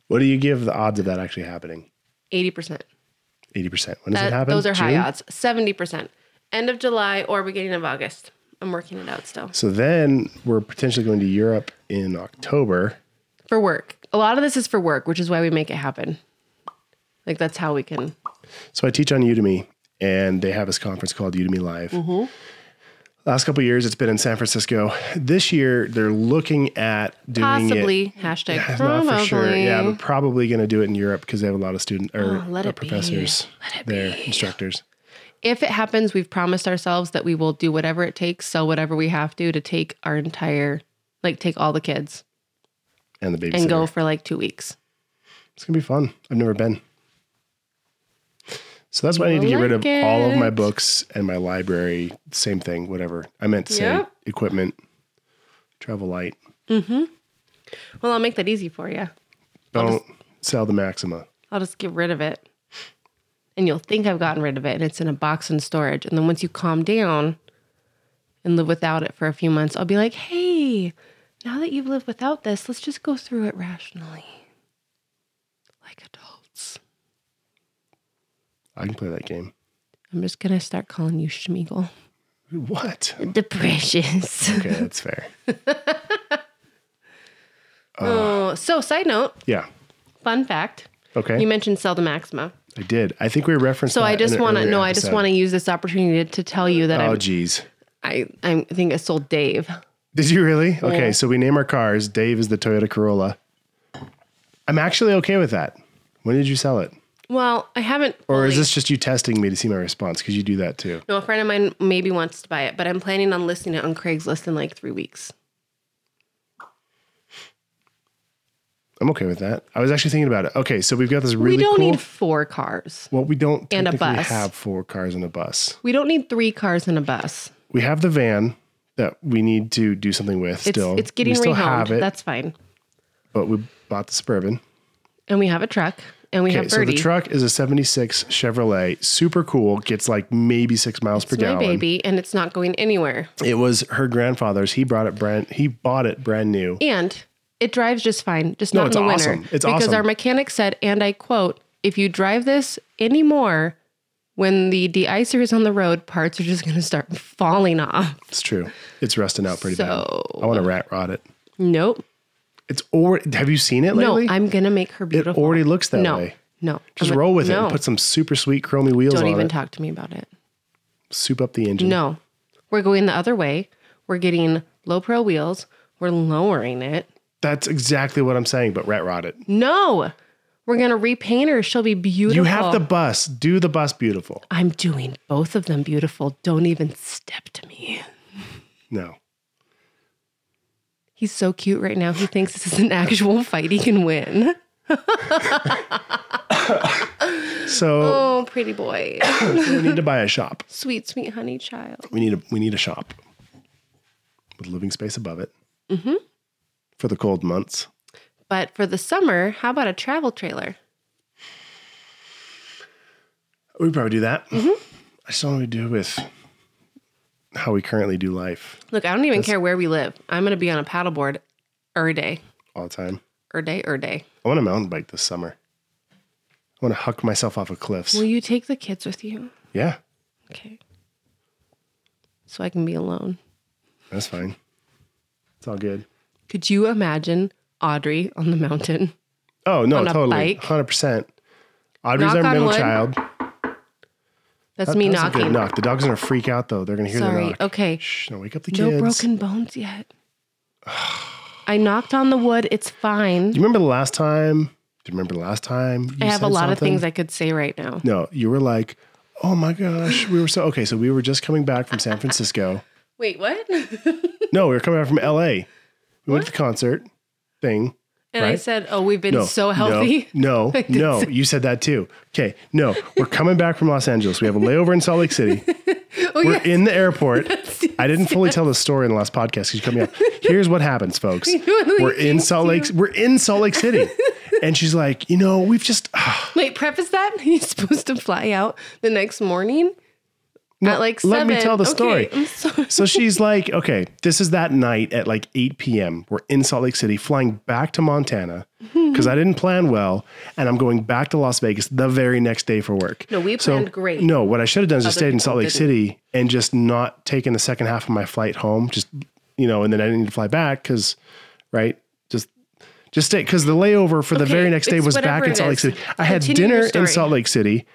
Speaker 2: what do you give the odds of that actually happening
Speaker 1: 80%.
Speaker 2: 80% when does
Speaker 1: That-
Speaker 2: it happen
Speaker 1: Uh, those are high
Speaker 2: June?
Speaker 1: odds. 70%. End of July or beginning of August. I'm working it out still.
Speaker 2: so then we're potentially going to europe in october
Speaker 1: For work. A lot of this is for work, which is why we make it happen. Like that's how we can
Speaker 2: so i teach on udemy and they have this conference called Udemy Live.
Speaker 1: Mm-hmm.
Speaker 2: Last couple of years, it's been in San Francisco. This year, they're looking at doing it.
Speaker 1: Possibly. Hashtag
Speaker 2: Not
Speaker 1: probably.
Speaker 2: for sure. Yeah, but probably going to do it in Europe because they have a lot of student or
Speaker 1: Oh, let
Speaker 2: uh,
Speaker 1: it be.
Speaker 2: professors, their instructors.
Speaker 1: if it happens, we've promised ourselves that we will do whatever it takes, sell whatever we have to to take our entire, like, take all the kids
Speaker 2: and the babysitter.
Speaker 1: and go for like two weeks.
Speaker 2: It's gonna be fun. I've never been. So that's why I need to get rid of
Speaker 1: like
Speaker 2: all of my
Speaker 1: it.
Speaker 2: books and my library. Same thing, whatever. I meant to say
Speaker 1: Yep.
Speaker 2: equipment, travel light.
Speaker 1: Well, I'll make that easy for you.
Speaker 2: Don't sell the Maxima.
Speaker 1: I'll just get rid of it. And you'll think I've gotten rid of it and it's in a box in storage. And then once you calm down and live without it for a few months, I'll be like, hey, now that you've lived without this, let's just go through it rationally. Like adults.
Speaker 2: I can play that game.
Speaker 1: I'm just going to start calling you Schmiegel.
Speaker 2: What?
Speaker 1: The precious.
Speaker 2: Okay, that's fair.
Speaker 1: Oh, so side note,
Speaker 2: Yeah.
Speaker 1: fun fact.
Speaker 2: Okay. Uh,
Speaker 1: You mentioned sell the Maxima.
Speaker 2: I did. I think we referenced.
Speaker 1: So I just want to no, I just want to use this opportunity to tell you that
Speaker 2: Oh
Speaker 1: I'm-
Speaker 2: geez.
Speaker 1: I I think I sold Dave.
Speaker 2: Did you really? Okay, so we name our cars. Dave is the Toyota Corolla. I'm actually okay with that. When did you sell it?
Speaker 1: Well, I haven't.
Speaker 2: Or is
Speaker 1: fully-
Speaker 2: this just you testing me to see my response? Because you do that too.
Speaker 1: No, a friend of mine maybe wants to buy it, but I'm planning on listing it on Craigslist in like three weeks.
Speaker 2: I'm okay with that. I was actually thinking about it. Okay, so we've got this really
Speaker 1: we don't
Speaker 2: cool.
Speaker 1: need four cars.
Speaker 2: well, we don't
Speaker 1: and a
Speaker 2: technically
Speaker 1: bus.
Speaker 2: have four cars and a bus.
Speaker 1: We don't need three cars and a bus.
Speaker 2: We have the van that we need to do something with.
Speaker 1: It's
Speaker 2: still,
Speaker 1: it's getting
Speaker 2: we still
Speaker 1: rehomed.
Speaker 2: have it,
Speaker 1: That's fine.
Speaker 2: but we bought the suburban.
Speaker 1: And we have a truck and we
Speaker 2: Okay,
Speaker 1: have
Speaker 2: so
Speaker 1: Birdie.
Speaker 2: the truck is a '76 Chevrolet, super cool. Gets like maybe six miles per
Speaker 1: it's my
Speaker 2: gallon.
Speaker 1: baby, and it's not going anywhere.
Speaker 2: It was her grandfather's. He brought it brand. He bought it brand new.
Speaker 1: And it drives just fine, just
Speaker 2: No,
Speaker 1: not
Speaker 2: it's
Speaker 1: in the
Speaker 2: awesome.
Speaker 1: winter.
Speaker 2: It's
Speaker 1: because
Speaker 2: awesome.
Speaker 1: our mechanic said, and I quote, if you drive this anymore, when the deicer is on the road, parts are just going to start falling off.
Speaker 2: It's true. It's rusting out pretty
Speaker 1: So-
Speaker 2: bad. I want to rat rod it.
Speaker 1: Nope.
Speaker 2: It's already. Have you seen it lately?
Speaker 1: No, I'm going to make her
Speaker 2: it
Speaker 1: beautiful.
Speaker 2: already looks that
Speaker 1: no,
Speaker 2: way.
Speaker 1: no.
Speaker 2: Just
Speaker 1: I'm-
Speaker 2: roll with it
Speaker 1: no.
Speaker 2: and put some super sweet chromey wheels
Speaker 1: Don't
Speaker 2: on
Speaker 1: even
Speaker 2: it.
Speaker 1: talk to me about it.
Speaker 2: Soup up the engine.
Speaker 1: No. We're going the other way. We're getting low pro wheels. We're lowering it.
Speaker 2: That's exactly what I'm saying, but rat rod it.
Speaker 1: No. We're going to repaint her. She'll be beautiful.
Speaker 2: You have the bus. Do the bus beautiful.
Speaker 1: I'm doing both of them beautiful. Don't even step to me.
Speaker 2: No.
Speaker 1: He's so cute right now. He thinks this is an actual fight he can win.
Speaker 2: So
Speaker 1: Oh, pretty boy.
Speaker 2: we need to buy a shop.
Speaker 1: sweet, sweet honey child.
Speaker 2: We need a we need a shop with living space above it. Mm-hmm. For the cold months.
Speaker 1: But for the summer, how about a travel trailer?
Speaker 2: We probably do that.
Speaker 1: Mm-hmm.
Speaker 2: I just don't know what we do with how we currently do life
Speaker 1: Look, I don't even care where we live. I'm going to be on a paddleboard er day,
Speaker 2: all the time.
Speaker 1: er day, er day.
Speaker 2: I want to mountain bike this summer. I want to huck myself off of cliffs.
Speaker 1: Will you take the kids with you?
Speaker 2: yeah,
Speaker 1: Okay. So I can be alone.
Speaker 2: that's fine. It's all good.
Speaker 1: Could you imagine Audrey on the mountain?
Speaker 2: Oh no,
Speaker 1: On a
Speaker 2: totally,
Speaker 1: bike?
Speaker 2: hundred percent. Audrey's
Speaker 1: Knock
Speaker 2: our
Speaker 1: on
Speaker 2: middle
Speaker 1: wood.
Speaker 2: child.
Speaker 1: That's
Speaker 2: That-
Speaker 1: me
Speaker 2: that's a good
Speaker 1: knocking.
Speaker 2: knock. The dog's gonna freak out though. They're gonna hear the
Speaker 1: Sorry.
Speaker 2: knock.
Speaker 1: Okay.
Speaker 2: Shh, don't wake up the
Speaker 1: No
Speaker 2: kids.
Speaker 1: broken bones yet. I knocked on the wood. It's fine.
Speaker 2: Do you remember the last time? Do you remember the last time? You
Speaker 1: I have a
Speaker 2: said
Speaker 1: lot of
Speaker 2: something?
Speaker 1: things I could say right now.
Speaker 2: No, you were like, "Oh my gosh, we were so okay." So we were just coming back from San Francisco.
Speaker 1: Wait, what? and
Speaker 2: No, we were coming back from L.A. We went to the concert thing.
Speaker 1: I
Speaker 2: Right?
Speaker 1: said, "Oh, we've been
Speaker 2: No,
Speaker 1: so healthy."
Speaker 2: No, no, no, you said that too. Okay, no, we're coming back from Los Angeles. We have a layover in Salt Lake City.
Speaker 1: oh,
Speaker 2: We're
Speaker 1: yeah.
Speaker 2: in the airport. I didn't fully tell the story in the last podcast because you cut me off. Here's what happens, folks.
Speaker 1: really
Speaker 2: We're in Salt Lake. We're in Salt Lake City, and she's like, you know, we've just
Speaker 1: Wait, preface that he's supposed to fly out the next morning at like
Speaker 2: let
Speaker 1: seven.
Speaker 2: me tell the story.
Speaker 1: Okay, I'm sorry.
Speaker 2: So she's like, okay, this is that night at like 8 p.m. We're in Salt Lake City, flying back to Montana
Speaker 1: Hmm.
Speaker 2: because I didn't plan well. And I'm going back to Las Vegas the very next day for work.
Speaker 1: No, we planned great.
Speaker 2: No, what I should have done is just
Speaker 1: Other
Speaker 2: stayed in Salt
Speaker 1: people
Speaker 2: Lake City and just not taken the second half of my flight home. Just, you know, and then I didn't need to fly back because, right? Just, just stay because the layover for the
Speaker 1: Okay,
Speaker 2: very next day
Speaker 1: it's
Speaker 2: was
Speaker 1: whatever
Speaker 2: back in
Speaker 1: it
Speaker 2: Salt Lake
Speaker 1: is.
Speaker 2: City. I had
Speaker 1: Continue your
Speaker 2: dinner in
Speaker 1: story.
Speaker 2: Salt Lake City,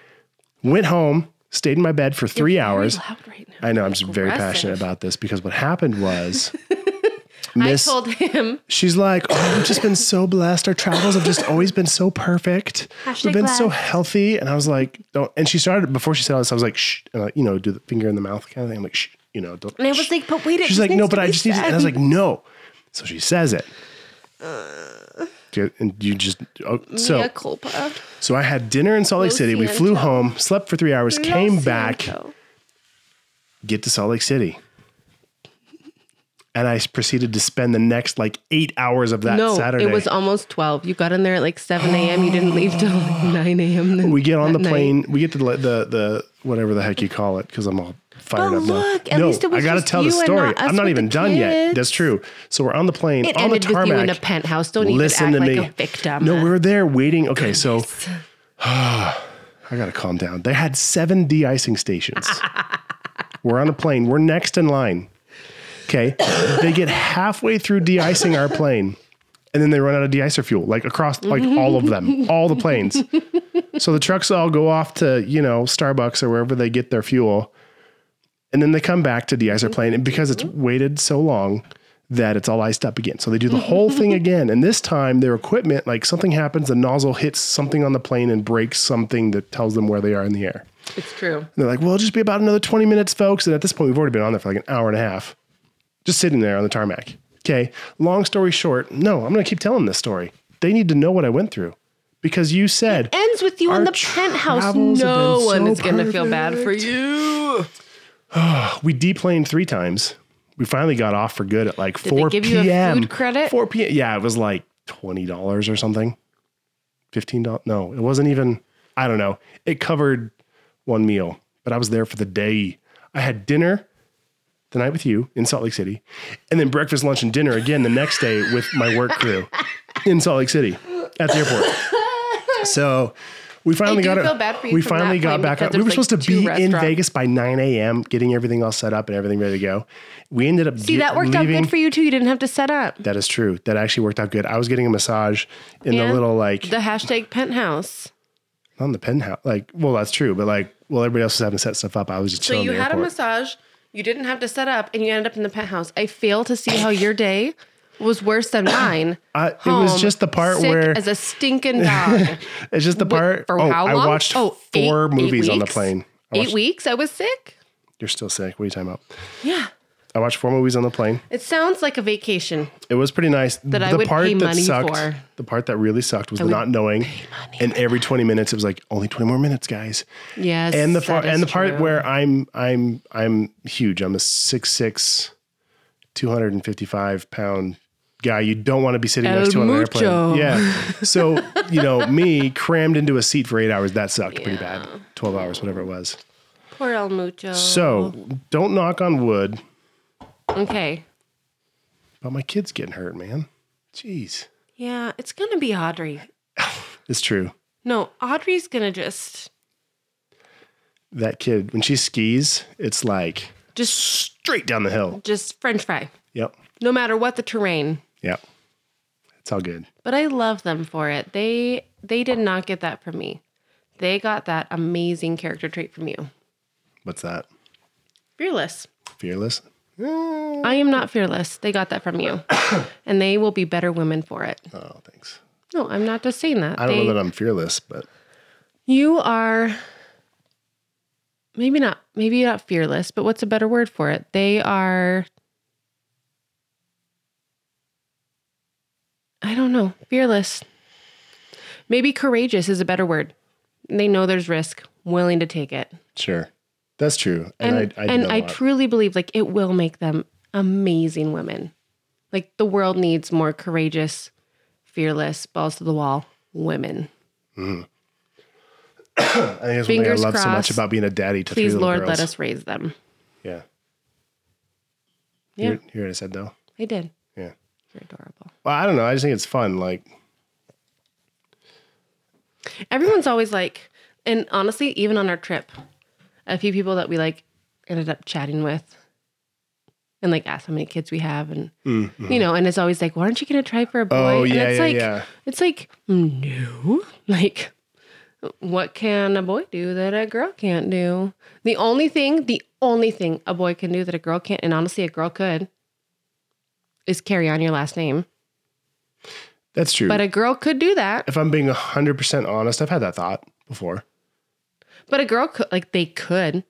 Speaker 2: went home, Stayed in my bed for three hours.
Speaker 1: Loud right now.
Speaker 2: I know I'm just very
Speaker 1: Aggressive.
Speaker 2: passionate about this because what happened was Miss
Speaker 1: I told him
Speaker 2: She's like, oh, we've just been so blessed. Our travels have just always been so perfect. we've
Speaker 1: Hashtag
Speaker 2: been so
Speaker 1: blessed.
Speaker 2: healthy. And I was like, don't. And she started before she said all this. I was like, shh, and I, you know, do the finger in the mouth kind of thing. I'm like, shh, you know, don't.
Speaker 1: and I was
Speaker 2: shh.
Speaker 1: like, but wait, it
Speaker 2: she's
Speaker 1: just
Speaker 2: like,
Speaker 1: needs
Speaker 2: no,
Speaker 1: to
Speaker 2: but I
Speaker 1: be
Speaker 2: just need. to-" And I was like, no. So she says it. Do- and you just oh,
Speaker 1: said,
Speaker 2: so
Speaker 1: mea culpa.
Speaker 2: so I had dinner in Salt Lake
Speaker 1: Lo
Speaker 2: City. We flew
Speaker 1: siento.
Speaker 2: home, slept for three hours, came
Speaker 1: Lo
Speaker 2: back
Speaker 1: siento.
Speaker 2: get to Salt Lake City. And I s- proceeded to spend the next like eight hours of that
Speaker 1: No,
Speaker 2: Saturday.
Speaker 1: it was almost twelve. You got in there at like seven a.m. You didn't leave till like nine a.m. Then
Speaker 2: we get on the
Speaker 1: that night.
Speaker 2: plane. We get to the, the the whatever the heck you call it because I'm all fired
Speaker 1: But
Speaker 2: up. now.
Speaker 1: look, at
Speaker 2: no,
Speaker 1: least it was
Speaker 2: I gotta
Speaker 1: just
Speaker 2: tell the
Speaker 1: you and
Speaker 2: story.
Speaker 1: not us
Speaker 2: I'm not
Speaker 1: with
Speaker 2: even
Speaker 1: the
Speaker 2: done yet.
Speaker 1: kids.
Speaker 2: That's true. So we're on the plane
Speaker 1: It
Speaker 2: on
Speaker 1: ended
Speaker 2: the tarmac.
Speaker 1: with you in a penthouse. Don't even act
Speaker 2: listen to
Speaker 1: like
Speaker 2: me.
Speaker 1: a victim.
Speaker 2: No, we were there waiting. Okay, so I gotta calm down. They had seven de-icing stations. we're on a plane. We're next in line. Okay, they get halfway through de-icing our plane, and then they run out of de-icer fuel, like across like all of them, all the planes. So the trucks all go off to you know Starbucks or wherever they get their fuel, and then they come back to de-ice their plane, and because it's waited so long that it's all iced up again. So they do the whole thing again, and this time their equipment, like something happens, the nozzle hits something on the plane and breaks something that tells them where they are in the air.
Speaker 1: It's true.
Speaker 2: And they're like, "Well, it'll just be about another twenty minutes, folks." And at this point, we've already been on there for like an hour and a half, just sitting there on the tarmac. Okay. Long story short, no, I'm going to keep telling this story. They need to know what I went through because you said
Speaker 1: Ends with you in
Speaker 2: Our
Speaker 1: the penthouse.
Speaker 2: travels have
Speaker 1: No
Speaker 2: been
Speaker 1: one
Speaker 2: so
Speaker 1: is gonna feel bad for you.
Speaker 2: we deplaned three times. We finally got off for good at like
Speaker 1: they
Speaker 2: four
Speaker 1: give you a
Speaker 2: p.m.
Speaker 1: food credit?
Speaker 2: Four p.m. Yeah, it was like twenty dollars or something. Fifteen dollars? No, it wasn't even. I don't know. It covered one meal, but I was there for the day. I had dinner the night with you in Salt Lake City, and then breakfast, lunch, and dinner again the next day with my work crew in Salt Lake City at the airport. So. We finally
Speaker 1: do
Speaker 2: got it.
Speaker 1: feel bad for you
Speaker 2: we
Speaker 1: from
Speaker 2: finally
Speaker 1: that
Speaker 2: got
Speaker 1: plane
Speaker 2: back
Speaker 1: because
Speaker 2: up. We were
Speaker 1: there's, like,
Speaker 2: supposed to
Speaker 1: two
Speaker 2: be in
Speaker 1: restaurants.
Speaker 2: Vegas. Vegas by 9 a.m., getting everything all set up and everything ready to go. We ended up
Speaker 1: See, that worked out good for you too. You didn't have to set up
Speaker 2: That is true. That actually worked out good. I was getting a massage in
Speaker 1: Yeah.
Speaker 2: the little like
Speaker 1: the hashtag penthouse.
Speaker 2: not in the penthouse. Like, well, that's true, but like, well, everybody else was having to set stuff up. I was just
Speaker 1: So
Speaker 2: chilling
Speaker 1: you
Speaker 2: in the
Speaker 1: had a
Speaker 2: airport.
Speaker 1: massage. You didn't have to set up, and you ended up in the penthouse. I fail to see how your day was worse than mine.
Speaker 2: I- it was
Speaker 1: Home,
Speaker 2: just the part
Speaker 1: sick
Speaker 2: where
Speaker 1: as a stinking dog.
Speaker 2: it's just the part.
Speaker 1: For
Speaker 2: oh,
Speaker 1: how
Speaker 2: I
Speaker 1: long?
Speaker 2: watched
Speaker 1: Oh,
Speaker 2: four
Speaker 1: eight- eight
Speaker 2: movies on the
Speaker 1: weeks?
Speaker 2: plane. I
Speaker 1: Eight
Speaker 2: watched,
Speaker 1: weeks, I was sick.
Speaker 2: you're still sick. What are you talking about?
Speaker 1: Yeah,
Speaker 2: I watched four movies on the plane.
Speaker 1: it sounds like a vacation.
Speaker 2: It was pretty nice.
Speaker 1: That I would pay money
Speaker 2: sucked,
Speaker 1: for.
Speaker 2: the part that really sucked was the not knowing. And every 20 minutes, it was like only 20 more minutes, guys.
Speaker 1: Yes,
Speaker 2: and the far,
Speaker 1: that is
Speaker 2: and the part
Speaker 1: true.
Speaker 2: where I'm I'm I'm huge. I'm a 6'6", 255 pound guy. You don't want to be sitting next
Speaker 1: El
Speaker 2: to on an
Speaker 1: mucho.
Speaker 2: airplane. Yeah. So you know me crammed into a seat for eight hours. That sucked pretty bad. Twelve hours, whatever it was.
Speaker 1: poor El Mucho.
Speaker 2: So
Speaker 1: Oh.
Speaker 2: don't knock on wood,
Speaker 1: okay,
Speaker 2: but my kid's getting hurt, man. Jeez,
Speaker 1: yeah, it's gonna be Audrey.
Speaker 2: it's true.
Speaker 1: No, Audrey's gonna just
Speaker 2: That kid when she skis, it's like
Speaker 1: just
Speaker 2: straight down the hill.
Speaker 1: just French fry,
Speaker 2: Yep.
Speaker 1: no matter what the terrain.
Speaker 2: Yep. It's all good.
Speaker 1: But I love them for it. They they did not get that from me. They got that amazing character trait from you.
Speaker 2: What's that?
Speaker 1: Fearless.
Speaker 2: Fearless.
Speaker 1: I am not fearless. They got that from you. and they will be better women for it.
Speaker 2: Oh, thanks.
Speaker 1: No, I'm not just saying that.
Speaker 2: I don't
Speaker 1: They-
Speaker 2: know that I'm fearless, but
Speaker 1: You are maybe not maybe not fearless, but what's a better word for it? They are I don't know, fearless. Maybe courageous is a better word. They know there's risk, willing to take it.
Speaker 2: sure. That's true. And,
Speaker 1: And
Speaker 2: I, I
Speaker 1: and
Speaker 2: know
Speaker 1: I
Speaker 2: that.
Speaker 1: truly believe like it will make them amazing women. Like the world needs more courageous, fearless, balls to the wall women.
Speaker 2: I think that's one thing I
Speaker 1: fingers
Speaker 2: love so much
Speaker 1: crossed.
Speaker 2: about being a daddy to
Speaker 1: Please
Speaker 2: three little
Speaker 1: Lord
Speaker 2: girls.
Speaker 1: let us raise them.
Speaker 2: Yeah.
Speaker 1: Yeah.
Speaker 2: Hear, hear what I said though.
Speaker 1: I did.
Speaker 2: Yeah.
Speaker 1: You're adorable.
Speaker 2: Well, I don't know. I just think it's fun. Like,
Speaker 1: Everyone's always like, and honestly, even on our trip, a few people that we like ended up chatting with and like asked how many kids we have and you know, and it's always like, why aren't you gonna try for a boy?
Speaker 2: Mm-hmm. oh
Speaker 1: and
Speaker 2: yeah,
Speaker 1: it's
Speaker 2: yeah,
Speaker 1: like
Speaker 2: yeah.
Speaker 1: it's like, mm, no. Like what can a boy do that a girl can't do? The only thing, the only thing a boy can do that a girl can't, and honestly, a girl could, is carry on your last name.
Speaker 2: That's true.
Speaker 1: But a girl could do that.
Speaker 2: if I'm being 100% honest, I've had that thought before.
Speaker 1: But a girl could, like, they could.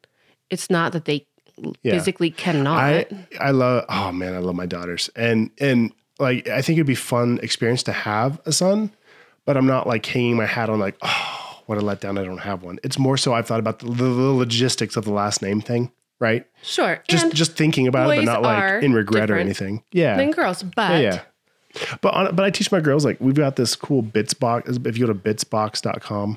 Speaker 1: It's not that they
Speaker 2: Yeah.
Speaker 1: physically cannot.
Speaker 2: I I love oh man, I love my daughters. And and like I think it'd be fun experience to have a son, but I'm not like hanging my hat on like, oh, what a letdown I don't have one. It's more so I've thought about the, the logistics of the last name thing, right?
Speaker 1: sure.
Speaker 2: Just
Speaker 1: and
Speaker 2: just thinking about it, but
Speaker 1: boys
Speaker 2: not
Speaker 1: are
Speaker 2: like in regret or
Speaker 1: different
Speaker 2: anything. Yeah.
Speaker 1: than girls. But oh
Speaker 2: yeah. But on, but I teach my girls like we've got this cool bits box. If you go to bitsbox.com,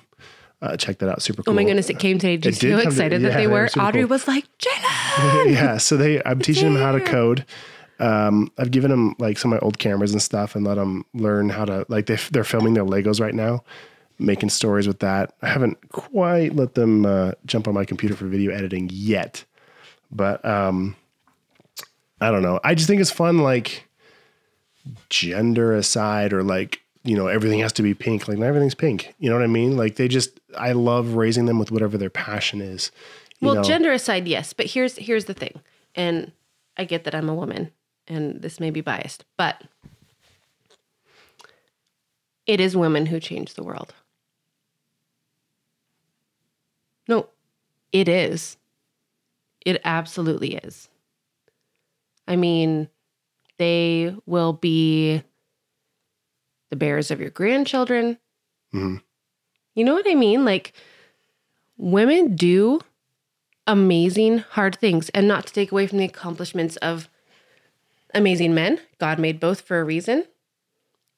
Speaker 2: uh, check that out. Super cool.
Speaker 1: oh my goodness, it came today. Did you
Speaker 2: It
Speaker 1: see
Speaker 2: did
Speaker 1: how
Speaker 2: come to-
Speaker 1: excited
Speaker 2: yeah,
Speaker 1: that they
Speaker 2: they were
Speaker 1: were?
Speaker 2: super
Speaker 1: Audrey
Speaker 2: cool.
Speaker 1: was like, Jenna.
Speaker 2: yeah. So they, I'm teaching them how to
Speaker 1: there.
Speaker 2: code. Um, I've given them like some of my old cameras and stuff, and let them learn how to like they, they're filming their Legos right now, making stories with that. I haven't quite let them uh, jump on my computer for video editing yet, but um, I don't know. I just think it's fun, like gender aside, or like you know everything has to be pink. Like not everything's pink. You know what I mean? Like they just, I love raising them with whatever their passion is. you
Speaker 1: Well,
Speaker 2: know?
Speaker 1: gender aside, yes, but here's here's the thing, and I get that I'm a woman, and this may be biased, but it is women who change the world. No, it is. It absolutely is. I mean, they will be the bearers of your grandchildren.
Speaker 2: Mhm.
Speaker 1: You know what I mean? Like, women do amazing hard things and not to take away from the accomplishments of amazing men. God made both for a reason,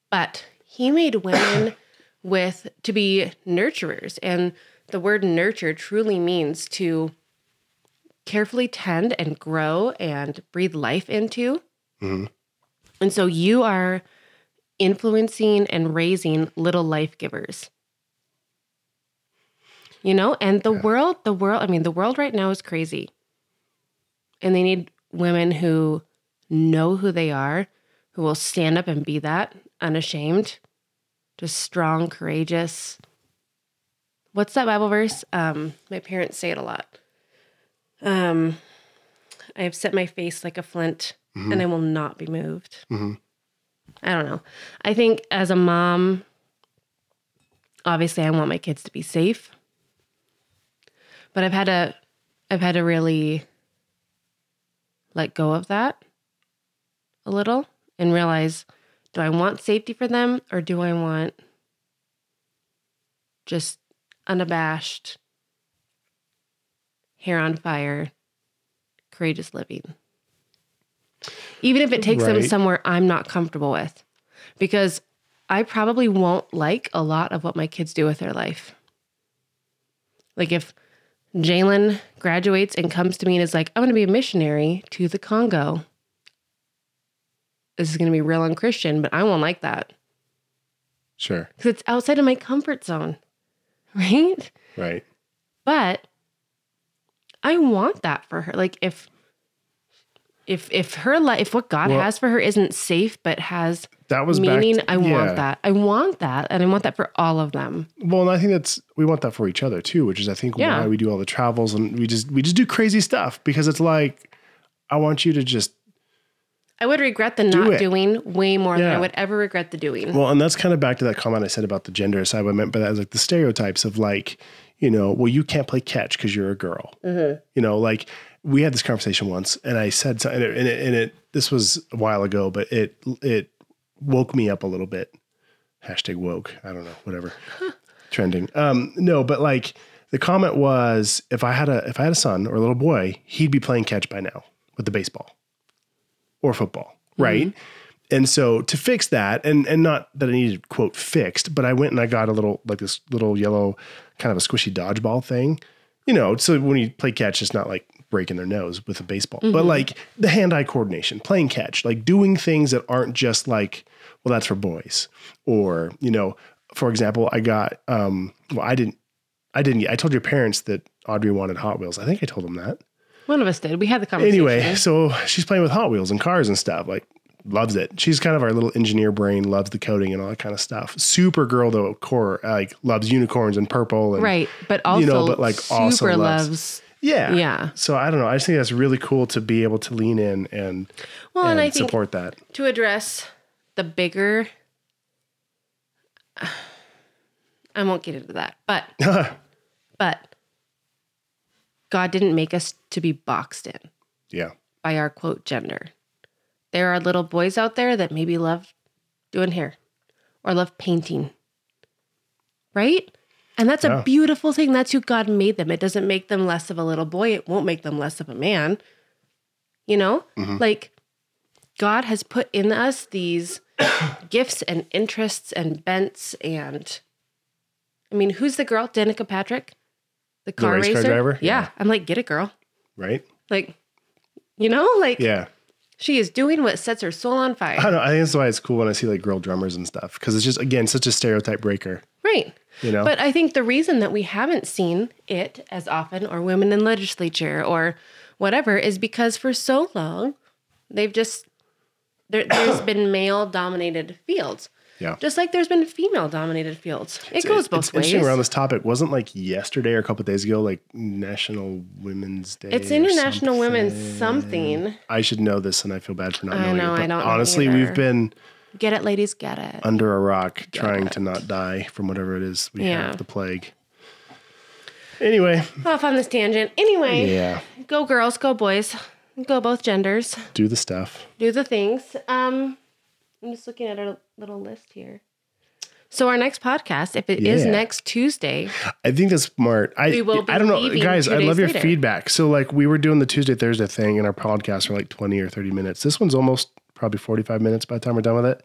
Speaker 1: but he made women with to be nurturers and the word nurture truly means to carefully tend and grow and breathe life into.
Speaker 2: Mhm.
Speaker 1: And so you are influencing and raising little life givers you know and the world the world i mean the world right now is crazy and they need women who know who they are who will stand up and be that unashamed just strong courageous what's that bible verse um my parents say it a lot um i have set my face like a flint and i will not be moved
Speaker 2: Mhm.
Speaker 1: i don't know i think as a mom obviously i want my kids to be safe but i've had to i've had to really let go of that a little and realize do i want safety for them or do i want just unabashed hair on fire courageous living even if it takes them
Speaker 2: Right.
Speaker 1: somewhere i'm not comfortable with because i probably won't like a lot of what my kids do with their life like if Jalen graduates and comes to me and is like, I'm going to be a missionary to the Congo. This is going to be real unchristian, but I won't like that
Speaker 2: Sure.
Speaker 1: because it's outside of my comfort zone, right?
Speaker 2: Right.
Speaker 1: But I want that for her. Like if if if her life, if what God
Speaker 2: Well-
Speaker 1: has for her isn't safe but has
Speaker 2: That was back
Speaker 1: meaning,
Speaker 2: to-
Speaker 1: I
Speaker 2: yeah.
Speaker 1: want that. I want that, and I want that for all of them.
Speaker 2: Well, and I think that's we want that for each other too, which is I think
Speaker 1: Yeah.
Speaker 2: why we do all the travels and we just we just do crazy stuff because it's like I want you to just
Speaker 1: I would regret the
Speaker 2: Do
Speaker 1: not
Speaker 2: it.
Speaker 1: doing way more than
Speaker 2: Yeah.
Speaker 1: I would ever regret the doing.
Speaker 2: well, and that's kind of back to that comment I said about the gender aside. What I meant by that is like the stereotypes of like you know, well, you can't play catch because you're a girl. You know, like we had this conversation once, and I said something, and it, and it, and it this was a while ago, but it it woke me up a little bit. Hashtag woke. I don't know, whatever. Trending. Um, no, but like the comment was, if I had a if I had a son or a little boy, he'd be playing catch by now with the baseball or football, right? And so to fix that, and and not that I needed quote fixed, but I went and I got a little like this little yellow kind of a squishy dodgeball thing, you know. So when you play catch, it's not like breaking their nose with a baseball, but like the hand-eye coordination, playing catch, like doing things that aren't just like, well, that's for boys, or you know, for example, I got um, well, I didn't, I didn't, I told your parents that Audrey wanted Hot Wheels. I think I told them that
Speaker 1: One of us did. We had the conversation.
Speaker 2: anyway, so she's playing with Hot Wheels and cars and stuff. Like loves it. She's kind of our little engineer brain, loves the coding and all that kind of stuff. Supergirl though, core like loves unicorns and purple and
Speaker 1: Right. But also,
Speaker 2: but, like,
Speaker 1: super
Speaker 2: also loves-
Speaker 1: loves,
Speaker 2: yeah,
Speaker 1: Yeah.
Speaker 2: So I don't know. I just think that's really cool to be able to lean in and
Speaker 1: Well, and,
Speaker 2: and,
Speaker 1: I think
Speaker 2: support that.
Speaker 1: to address the bigger. I won't get into that, but but God didn't make us to be boxed in
Speaker 2: yeah,
Speaker 1: by our quote gender. There are little boys out there that maybe love doing hair or love painting. Right? And that's
Speaker 2: Yeah.
Speaker 1: a beautiful thing. That's who God made them. It doesn't make them less of a little boy. It won't make them less of a man. You know? Like God has put in us these gifts and interests and bents and I mean, who's the girl? Danica Patrick? The car
Speaker 2: race car
Speaker 1: racer?
Speaker 2: driver?
Speaker 1: yeah. I'm like, get it, girl.
Speaker 2: right.
Speaker 1: Like, you know, like
Speaker 2: Yeah,
Speaker 1: she is doing what sets her soul on
Speaker 2: I
Speaker 1: fire.
Speaker 2: don't know. I think that's why it's cool when I see like girl drummers and stuff because it's just again such a stereotype breaker.
Speaker 1: Right.
Speaker 2: You know,
Speaker 1: But I think the reason that we haven't seen it as often, or women in legislature, or whatever, is because for so long they've just there, there's been male dominated fields,
Speaker 2: yeah.
Speaker 1: just like there's been female dominated fields. It
Speaker 2: It's-
Speaker 1: goes
Speaker 2: it's
Speaker 1: both ways.
Speaker 2: Interesting around this topic wasn't like yesterday or a couple of days ago, like National Women's Day.
Speaker 1: It's
Speaker 2: or
Speaker 1: International Women's
Speaker 2: something.
Speaker 1: something.
Speaker 2: I should know this, and I feel bad for not
Speaker 1: I
Speaker 2: knowing.
Speaker 1: know,
Speaker 2: it,
Speaker 1: I
Speaker 2: but
Speaker 1: don't know
Speaker 2: Honestly,
Speaker 1: either.
Speaker 2: we've been
Speaker 1: Get it, ladies, get it.
Speaker 2: under a rock trying to not die from whatever it is we
Speaker 1: Yeah.
Speaker 2: have the plague. Anyway,
Speaker 1: Off on this tangent. Anyway,
Speaker 2: Uh-huh. yeah,
Speaker 1: go girls, go boys, go both genders.
Speaker 2: do the stuff.
Speaker 1: do the things. Um, I'm just looking at our little list here. So our next podcast, if it is
Speaker 2: Yeah.
Speaker 1: next Tuesday,
Speaker 2: I think that's smart. I
Speaker 1: We will be
Speaker 2: I don't know,
Speaker 1: leaving
Speaker 2: guys.
Speaker 1: two
Speaker 2: I
Speaker 1: days
Speaker 2: love your
Speaker 1: later.
Speaker 2: feedback. So like we were doing the Tuesday Thursday thing, and our podcasts are like twenty or thirty minutes. This one's almost probably forty five minutes by the time we're done with it.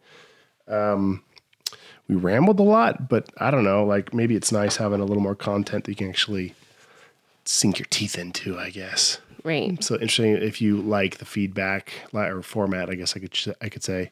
Speaker 2: Um, we rambled a lot, but I don't know. Like maybe it's nice having a little more content that you can actually sink your teeth into. I guess.
Speaker 1: right?
Speaker 2: so interesting if you like the feedback li- or format i guess i could sh- i could say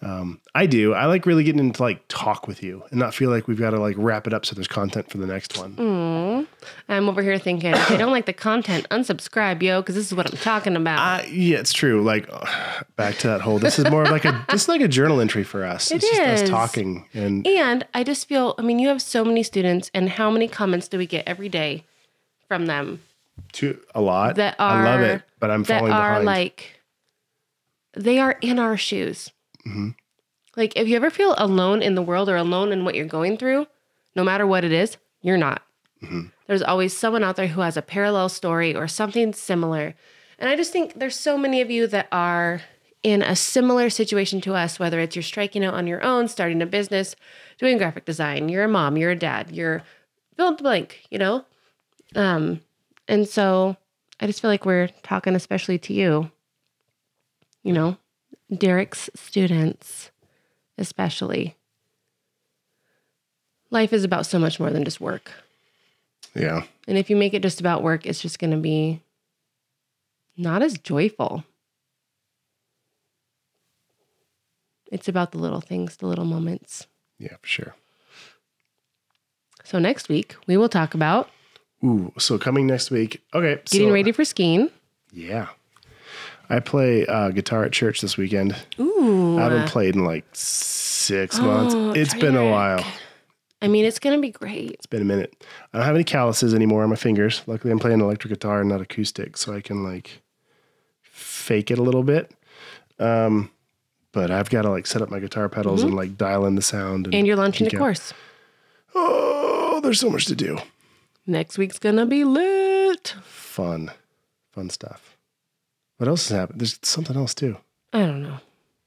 Speaker 2: um, i do i like really getting into like talk with you and not feel like we've got to like wrap it up so there's content for the next one
Speaker 1: I'm over here thinking if they don't like the content, unsubscribe, yo, because this is what I'm talking about.
Speaker 2: Uh, yeah it's true like back to that whole this is more of like a this is like a journal entry for us it's just us
Speaker 1: is.
Speaker 2: talking and
Speaker 1: and I just feel, I mean, you have so many students, and how many comments do we get every day from them
Speaker 2: to a lot
Speaker 1: that
Speaker 2: i
Speaker 1: are
Speaker 2: love it but i'm
Speaker 1: that
Speaker 2: falling
Speaker 1: are
Speaker 2: behind
Speaker 1: like they are in our shoes.
Speaker 2: Mm-hmm.
Speaker 1: Like if you ever feel alone in the world or alone in what you're going through, no matter what it is, you're not.
Speaker 2: Mm-hmm.
Speaker 1: There's always someone out there who has a parallel story or something similar. And I just think there's so many of you that are in a similar situation to us, whether it's you're striking out on your own, starting a business, doing graphic design, you're a mom, you're a dad, you're fill in the blank, you know? Um, and so I just feel like we're talking especially to you, you know, Derek's students, especially. Life is about so much more than just work.
Speaker 2: yeah
Speaker 1: And if you make it just about work, it's just going to be not as joyful. It's about the little things, the little moments.
Speaker 2: yeah for sure
Speaker 1: So next week, we will talk about
Speaker 2: ooh so coming next week okay
Speaker 1: getting
Speaker 2: so,
Speaker 1: ready for skiing.
Speaker 2: yeah i play uh, guitar at church this weekend
Speaker 1: Ooh.
Speaker 2: I haven't played in like six months.
Speaker 1: Oh,
Speaker 2: It's been a
Speaker 1: Derek.
Speaker 2: while.
Speaker 1: I mean, it's going to be great.
Speaker 2: It's been a minute. I don't have any calluses anymore on my fingers. Luckily, I'm playing electric guitar and not acoustic, so I can like fake it a little bit. Um, but I've got to like set up my guitar pedals and like dial in the sound. And,
Speaker 1: Mm-hmm. And you're launching the
Speaker 2: Peacock.
Speaker 1: course.
Speaker 2: oh, there's so much to do.
Speaker 1: Next week's gonna be lit.
Speaker 2: Fun, fun stuff. What else has happened? There's something else too.
Speaker 1: I don't know.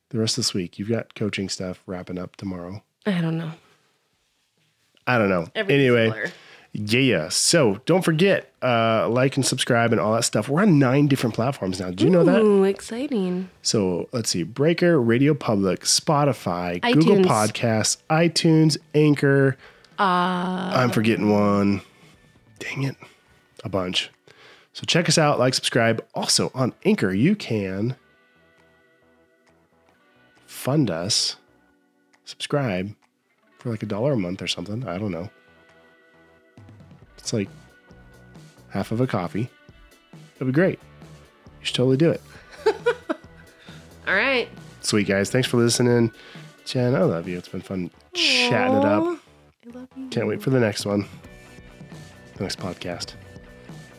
Speaker 2: The rest of this week, you've got coaching stuff wrapping up tomorrow.
Speaker 1: I don't know.
Speaker 2: I don't know.
Speaker 1: Everything's
Speaker 2: anyway.
Speaker 1: blur.
Speaker 2: Yeah. So don't forget, uh, like and subscribe and all that stuff. We're on nine different platforms now. Do you know that?
Speaker 1: Ooh, exciting.
Speaker 2: So let's see Breaker, Radio Public, Spotify, Google
Speaker 1: iTunes.
Speaker 2: Podcasts, iTunes, Anchor. Uh, I'm forgetting one. Dang it. A bunch. So check us out, like, subscribe. Also on Anchor, you can fund us, subscribe for like a dollar a month or something. I don't know. It's like half of a coffee. That'd be great. You should totally do it.
Speaker 1: All right.
Speaker 2: Sweet guys, thanks for listening. Jen, I love you. It's been fun chatting it up.
Speaker 1: I love you.
Speaker 2: Can't wait for the next one. The next podcast.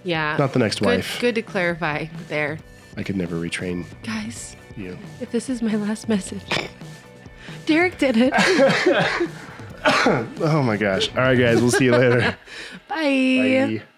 Speaker 1: Yeah.
Speaker 2: Not the next
Speaker 1: good,
Speaker 2: wife.
Speaker 1: Good to clarify there.
Speaker 2: I could never retrain
Speaker 1: Guys,
Speaker 2: you.
Speaker 1: if this is my last message, Derek did it.
Speaker 2: Oh my gosh. All right, guys. We'll see you later.
Speaker 1: Bye.
Speaker 2: Bye.